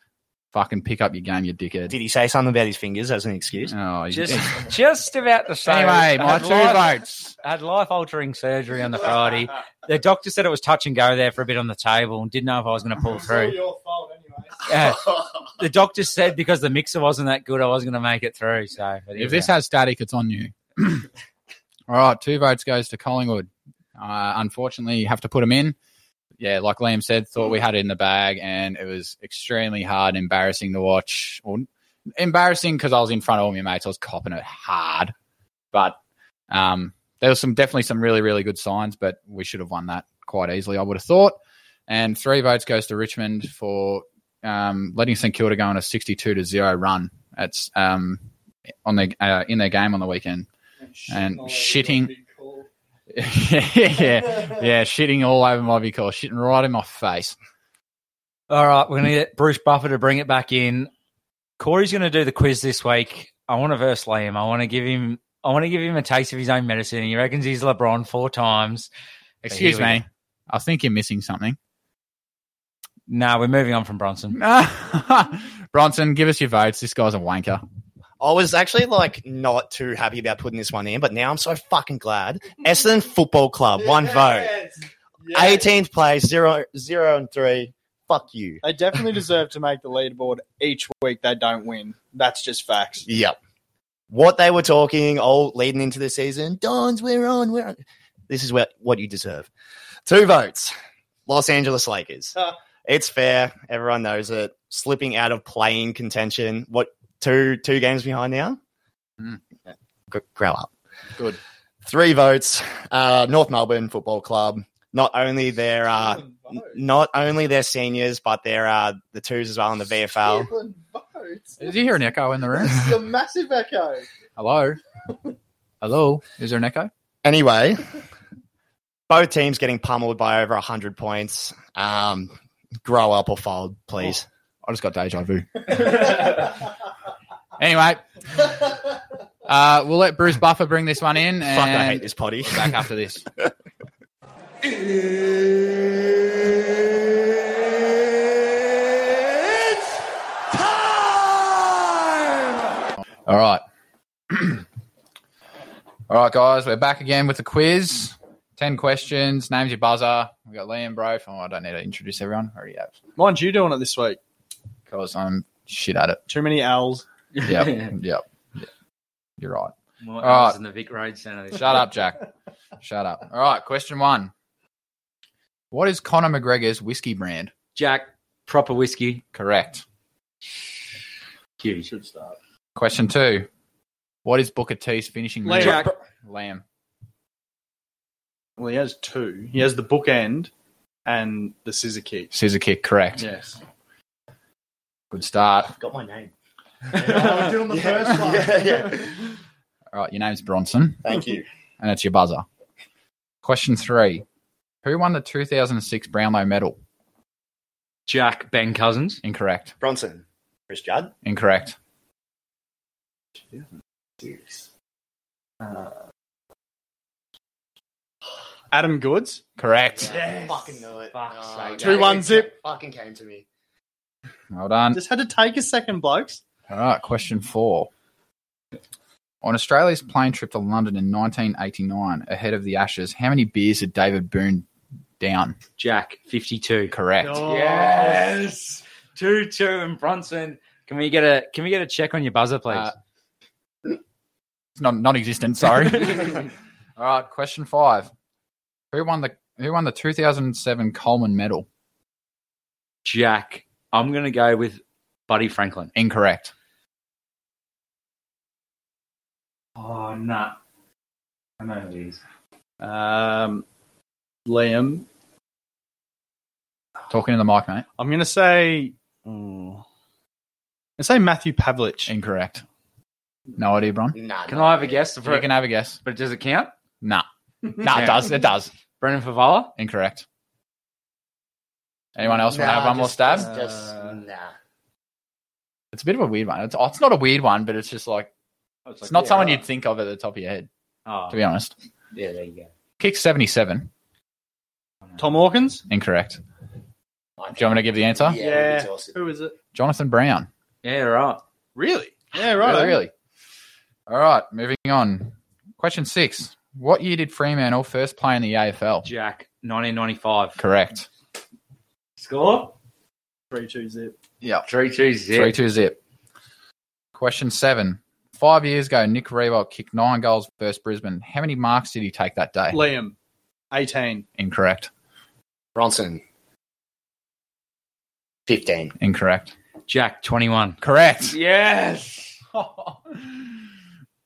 Fucking pick up your game, you dickhead.
Did he say something about his fingers as an excuse?
Oh, you-
Just, just about the same.
anyway, my two votes.
had life altering surgery on the Friday. The doctor said it was touch and go there for a bit on the table and didn't know if I was going to pull through.
your fault anyway.
Uh, the doctor said because the mixer wasn't that good, I wasn't going to make it through. So, but here
If
we
this
are.
has static, it's on you. All right, two votes goes to Collingwood. Uh, unfortunately, you have to put them in. Yeah, like Liam said, thought we had it in the bag, and it was extremely hard, and embarrassing to watch. Or embarrassing because I was in front of all my mates, I was copping it hard. But um, there was some definitely some really really good signs, but we should have won that quite easily, I would have thought. And three votes goes to Richmond for um, letting St Kilda go on a sixty-two to zero run. That's um, on their uh, in their game on the weekend. And shitting- yeah, yeah, shitting all over my vehicle, shitting right in my face.
all right, we're going to get Bruce Buffer to bring it back in. Corey's going to do the quiz this week. I want to verse Liam. I want to give him. I want to give him a taste of his own medicine. He reckons he's LeBron four times.
Excuse
Here we
me, I think you're missing something.
No, we're moving on from Bronson.
Bronson, give us your votes. This guy's a wanker.
I was actually like not too happy about putting this one in, but now I'm so fucking glad. Essendon Football Club, one vote. 18th place, zero, zero and three. Fuck you.
They definitely deserve to make the leaderboard each week. They don't win. That's just facts.
Yep. What they were talking all leading into the season. Dons, we're on, we're on. This is what, what you deserve. Two votes. Los Angeles Lakers.
Huh.
It's fair. Everyone knows it. Slipping out of playing contention. What two two games behind now?
Mm.
G- grow up.
Good.
Three votes. Uh, North Melbourne Football Club. Not only their uh, n- not only their seniors, but their uh, the twos as well in the VFL.
Did you hear an echo in the room?
a massive echo.
Hello, hello. Is there an echo?
anyway, both teams getting pummeled by over 100 points. Um, grow up or fold, please.
I just got deja vu. Anyway, uh, we'll let Bruce Buffer bring this one in. And
Fuck, I hate this potty.
Back after this. All right. All right, guys, we're back again with the quiz. 10 questions. Name's your buzzer. We've got Liam Bro. Oh, I don't need to introduce everyone. I already have.
Mind you doing it this week.
Because I'm shit at it.
Too many L's.
Yep. yep. yep. You're right.
More
All right.
in the Vic Road Centre.
Shut up, Jack. Shut up. All right, question one. What is Conor McGregor's whiskey brand?
Jack. Proper whiskey.
Correct.
Huge.
Question two. What is Booker T's finishing move?
Jack.
Lamb.
Well, he has two. He has the bookend and the scissor kick.
Scissor kick. Correct.
Yes.
Good start.
Got my name.
doing the first one. Yeah,
All right, your name's Bronson,
Thank you.
and it's your buzzer. Question three. Who won the 2006 Brownlow medal?
Jack. Ben Cousins.
Incorrect.
Bronson. Chris Judd.
Incorrect.
Adam Goods.
Correct.
Yes.
Fucking knew it.
Fuck's
Oh,
sake.
yeah,
Two, one,
it
zip.
Fucking came to me.
Well done.
Just had to take a second, blokes.
All right, question four. On Australia's plane trip to London in 1989, ahead of the Ashes, how many beers did David Boone down?
Jack, 52.
Correct.
Oh.
Yes. Two two and Bronson. Can we get a can we get a check on your buzzer, please?
Uh, It's non non-existent. Sorry. All right, question five. Who won the Who won the 2007 Coleman Medal?
Jack. I'm gonna go with Buddy Franklin.
Incorrect.
Oh nah. I know who it is.
Um, Liam.
Talking to the mic, mate.
I'm going to say. Mm, I say Matthew Pavlich.
Incorrect. No idea, Bron.
Nah,
Can
nah.
I have a guess?
You can have a guess.
but does it count?
Nah. Nah,
Yeah.
it does. It does.
Brendan Favala?
Incorrect. Anyone else want
Nah,
to have one more
just-
stab?
Just, just
Uh,
nah.
It's a bit of a weird one. It's, oh, it's not a weird one, but it's just like it's not someone you'd think of at the top of your head,
Oh,
to be honest.
yeah, there you go.
Kick seventy-seven.
Tom Hawkins.
Incorrect. Do you want me to give the answer?
Yeah,
Yeah.
it's awesome.
Who is it?
Jonathan Brown.
Yeah, right.
Really? Yeah, right.
Really, really. All right, moving on. Question six. What year did Fremantle first play in the AFL?
Jack, 1995.
Correct.
Score?
Three, two, zip.
Yeah.
3 2 zip.
3 2 zip. Question seven. Five years ago, Nick Reebok kicked nine goals versus Brisbane. How many marks did he take that day?
Liam. 18.
Incorrect.
Bronson. 15.
Incorrect.
Jack, 21.
Correct.
Yes.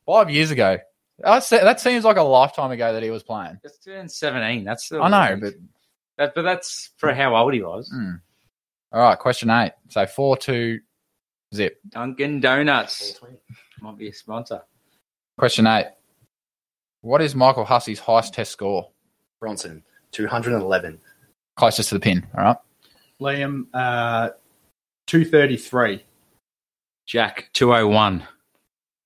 Five years ago. That se- that seems like a lifetime ago that he was playing.
It's turned 17. That's still
I know, but
That, but that's for how old he was.
mm. all right. Question eight. So four two zip.
Dunkin' Donuts might be a sponsor.
Question eight. What is Michael Hussey's highest test score?
Bronson. 211.
Closest to the pin, all right?
Liam, uh, 233.
Jack, 201.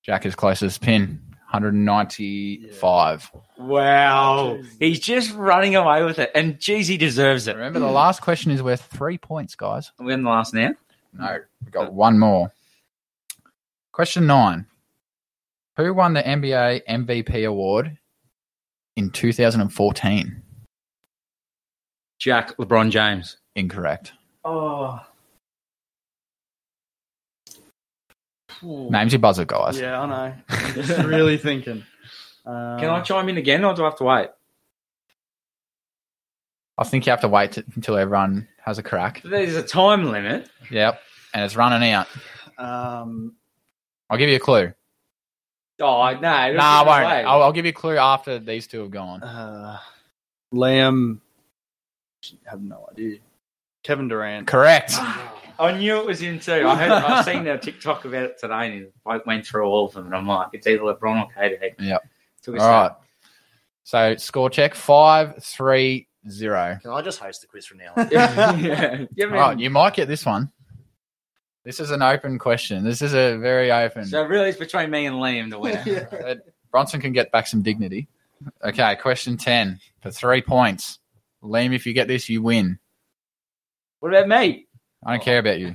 Jack is closest pin, 195.
Wow.
He's just running away with it. And geez, he deserves it.
Remember, the last question is worth three points, guys.
We're in the last now.
No, we've got one more. Question nine. Who won the NBA MVP award in 2014?
Jack, LeBron James.
Incorrect.
Oh.
Names your buzzer, guys.
Yeah, I know. Just really thinking. Um,
Uh.
Can I chime in again or do I have to wait?
I think you have to wait t- until everyone has a crack.
There's a time limit.
Yep. And it's running out.
Um,
I'll give you a clue.
Oh, no.
No, I won't. I'll, I'll give you a clue after these two have gone.
uh, Liam, have no idea. Kevin Durant.
Correct.
I knew it was him too. I heard, I've seen a TikTok about it today, and I went through all of them, and I'm like, it's either LeBron or KD.
Yep.
Took
All
a stab.
right. So score check five three zero.
Can I just host the quiz from now on?
yeah. You
All
haven't
right,
even-
you might get this one. This is an open question. This is a very open.
so really, it's between me and Liam the winner.
Uh, Bronson can get back some dignity. Okay, question ten for three points. Liam, if you get this, you win.
What about me?
I don't care about you.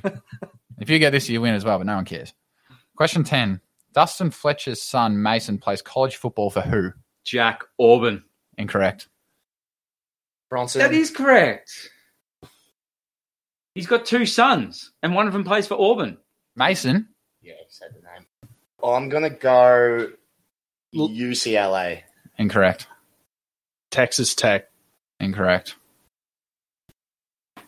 if you get this, you win as well, but no one cares. Question ten. Dustin Fletcher's son Mason plays college football for who?
Jack Auburn.
Incorrect.
Bronson.
That is correct. He's got two sons, and one of them plays for Auburn.
Mason.
Yeah, you said the name. I'm going to go UCLA.
Incorrect.
Texas Tech.
Incorrect.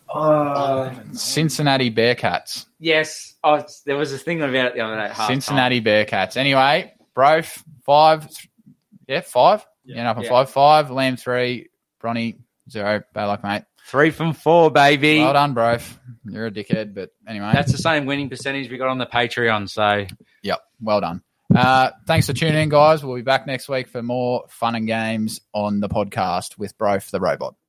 Uh,
Cincinnati Bearcats.
Yes, oh, there was a thing about it the other day. at halftime.
Cincinnati Bearcats. Anyway, Brof, five. th- Yeah, five. You end up on
Yeah.
five. Five. Lamb, three. Bronny, zero. Bad luck, mate.
three from four, baby.
Well done, Brof. You're a dickhead, but anyway.
That's the same winning percentage we got on the Patreon. So
yep. Well done. Uh, thanks for tuning in, guys. We'll be back next week for more fun and games on the podcast with Brof the Robot.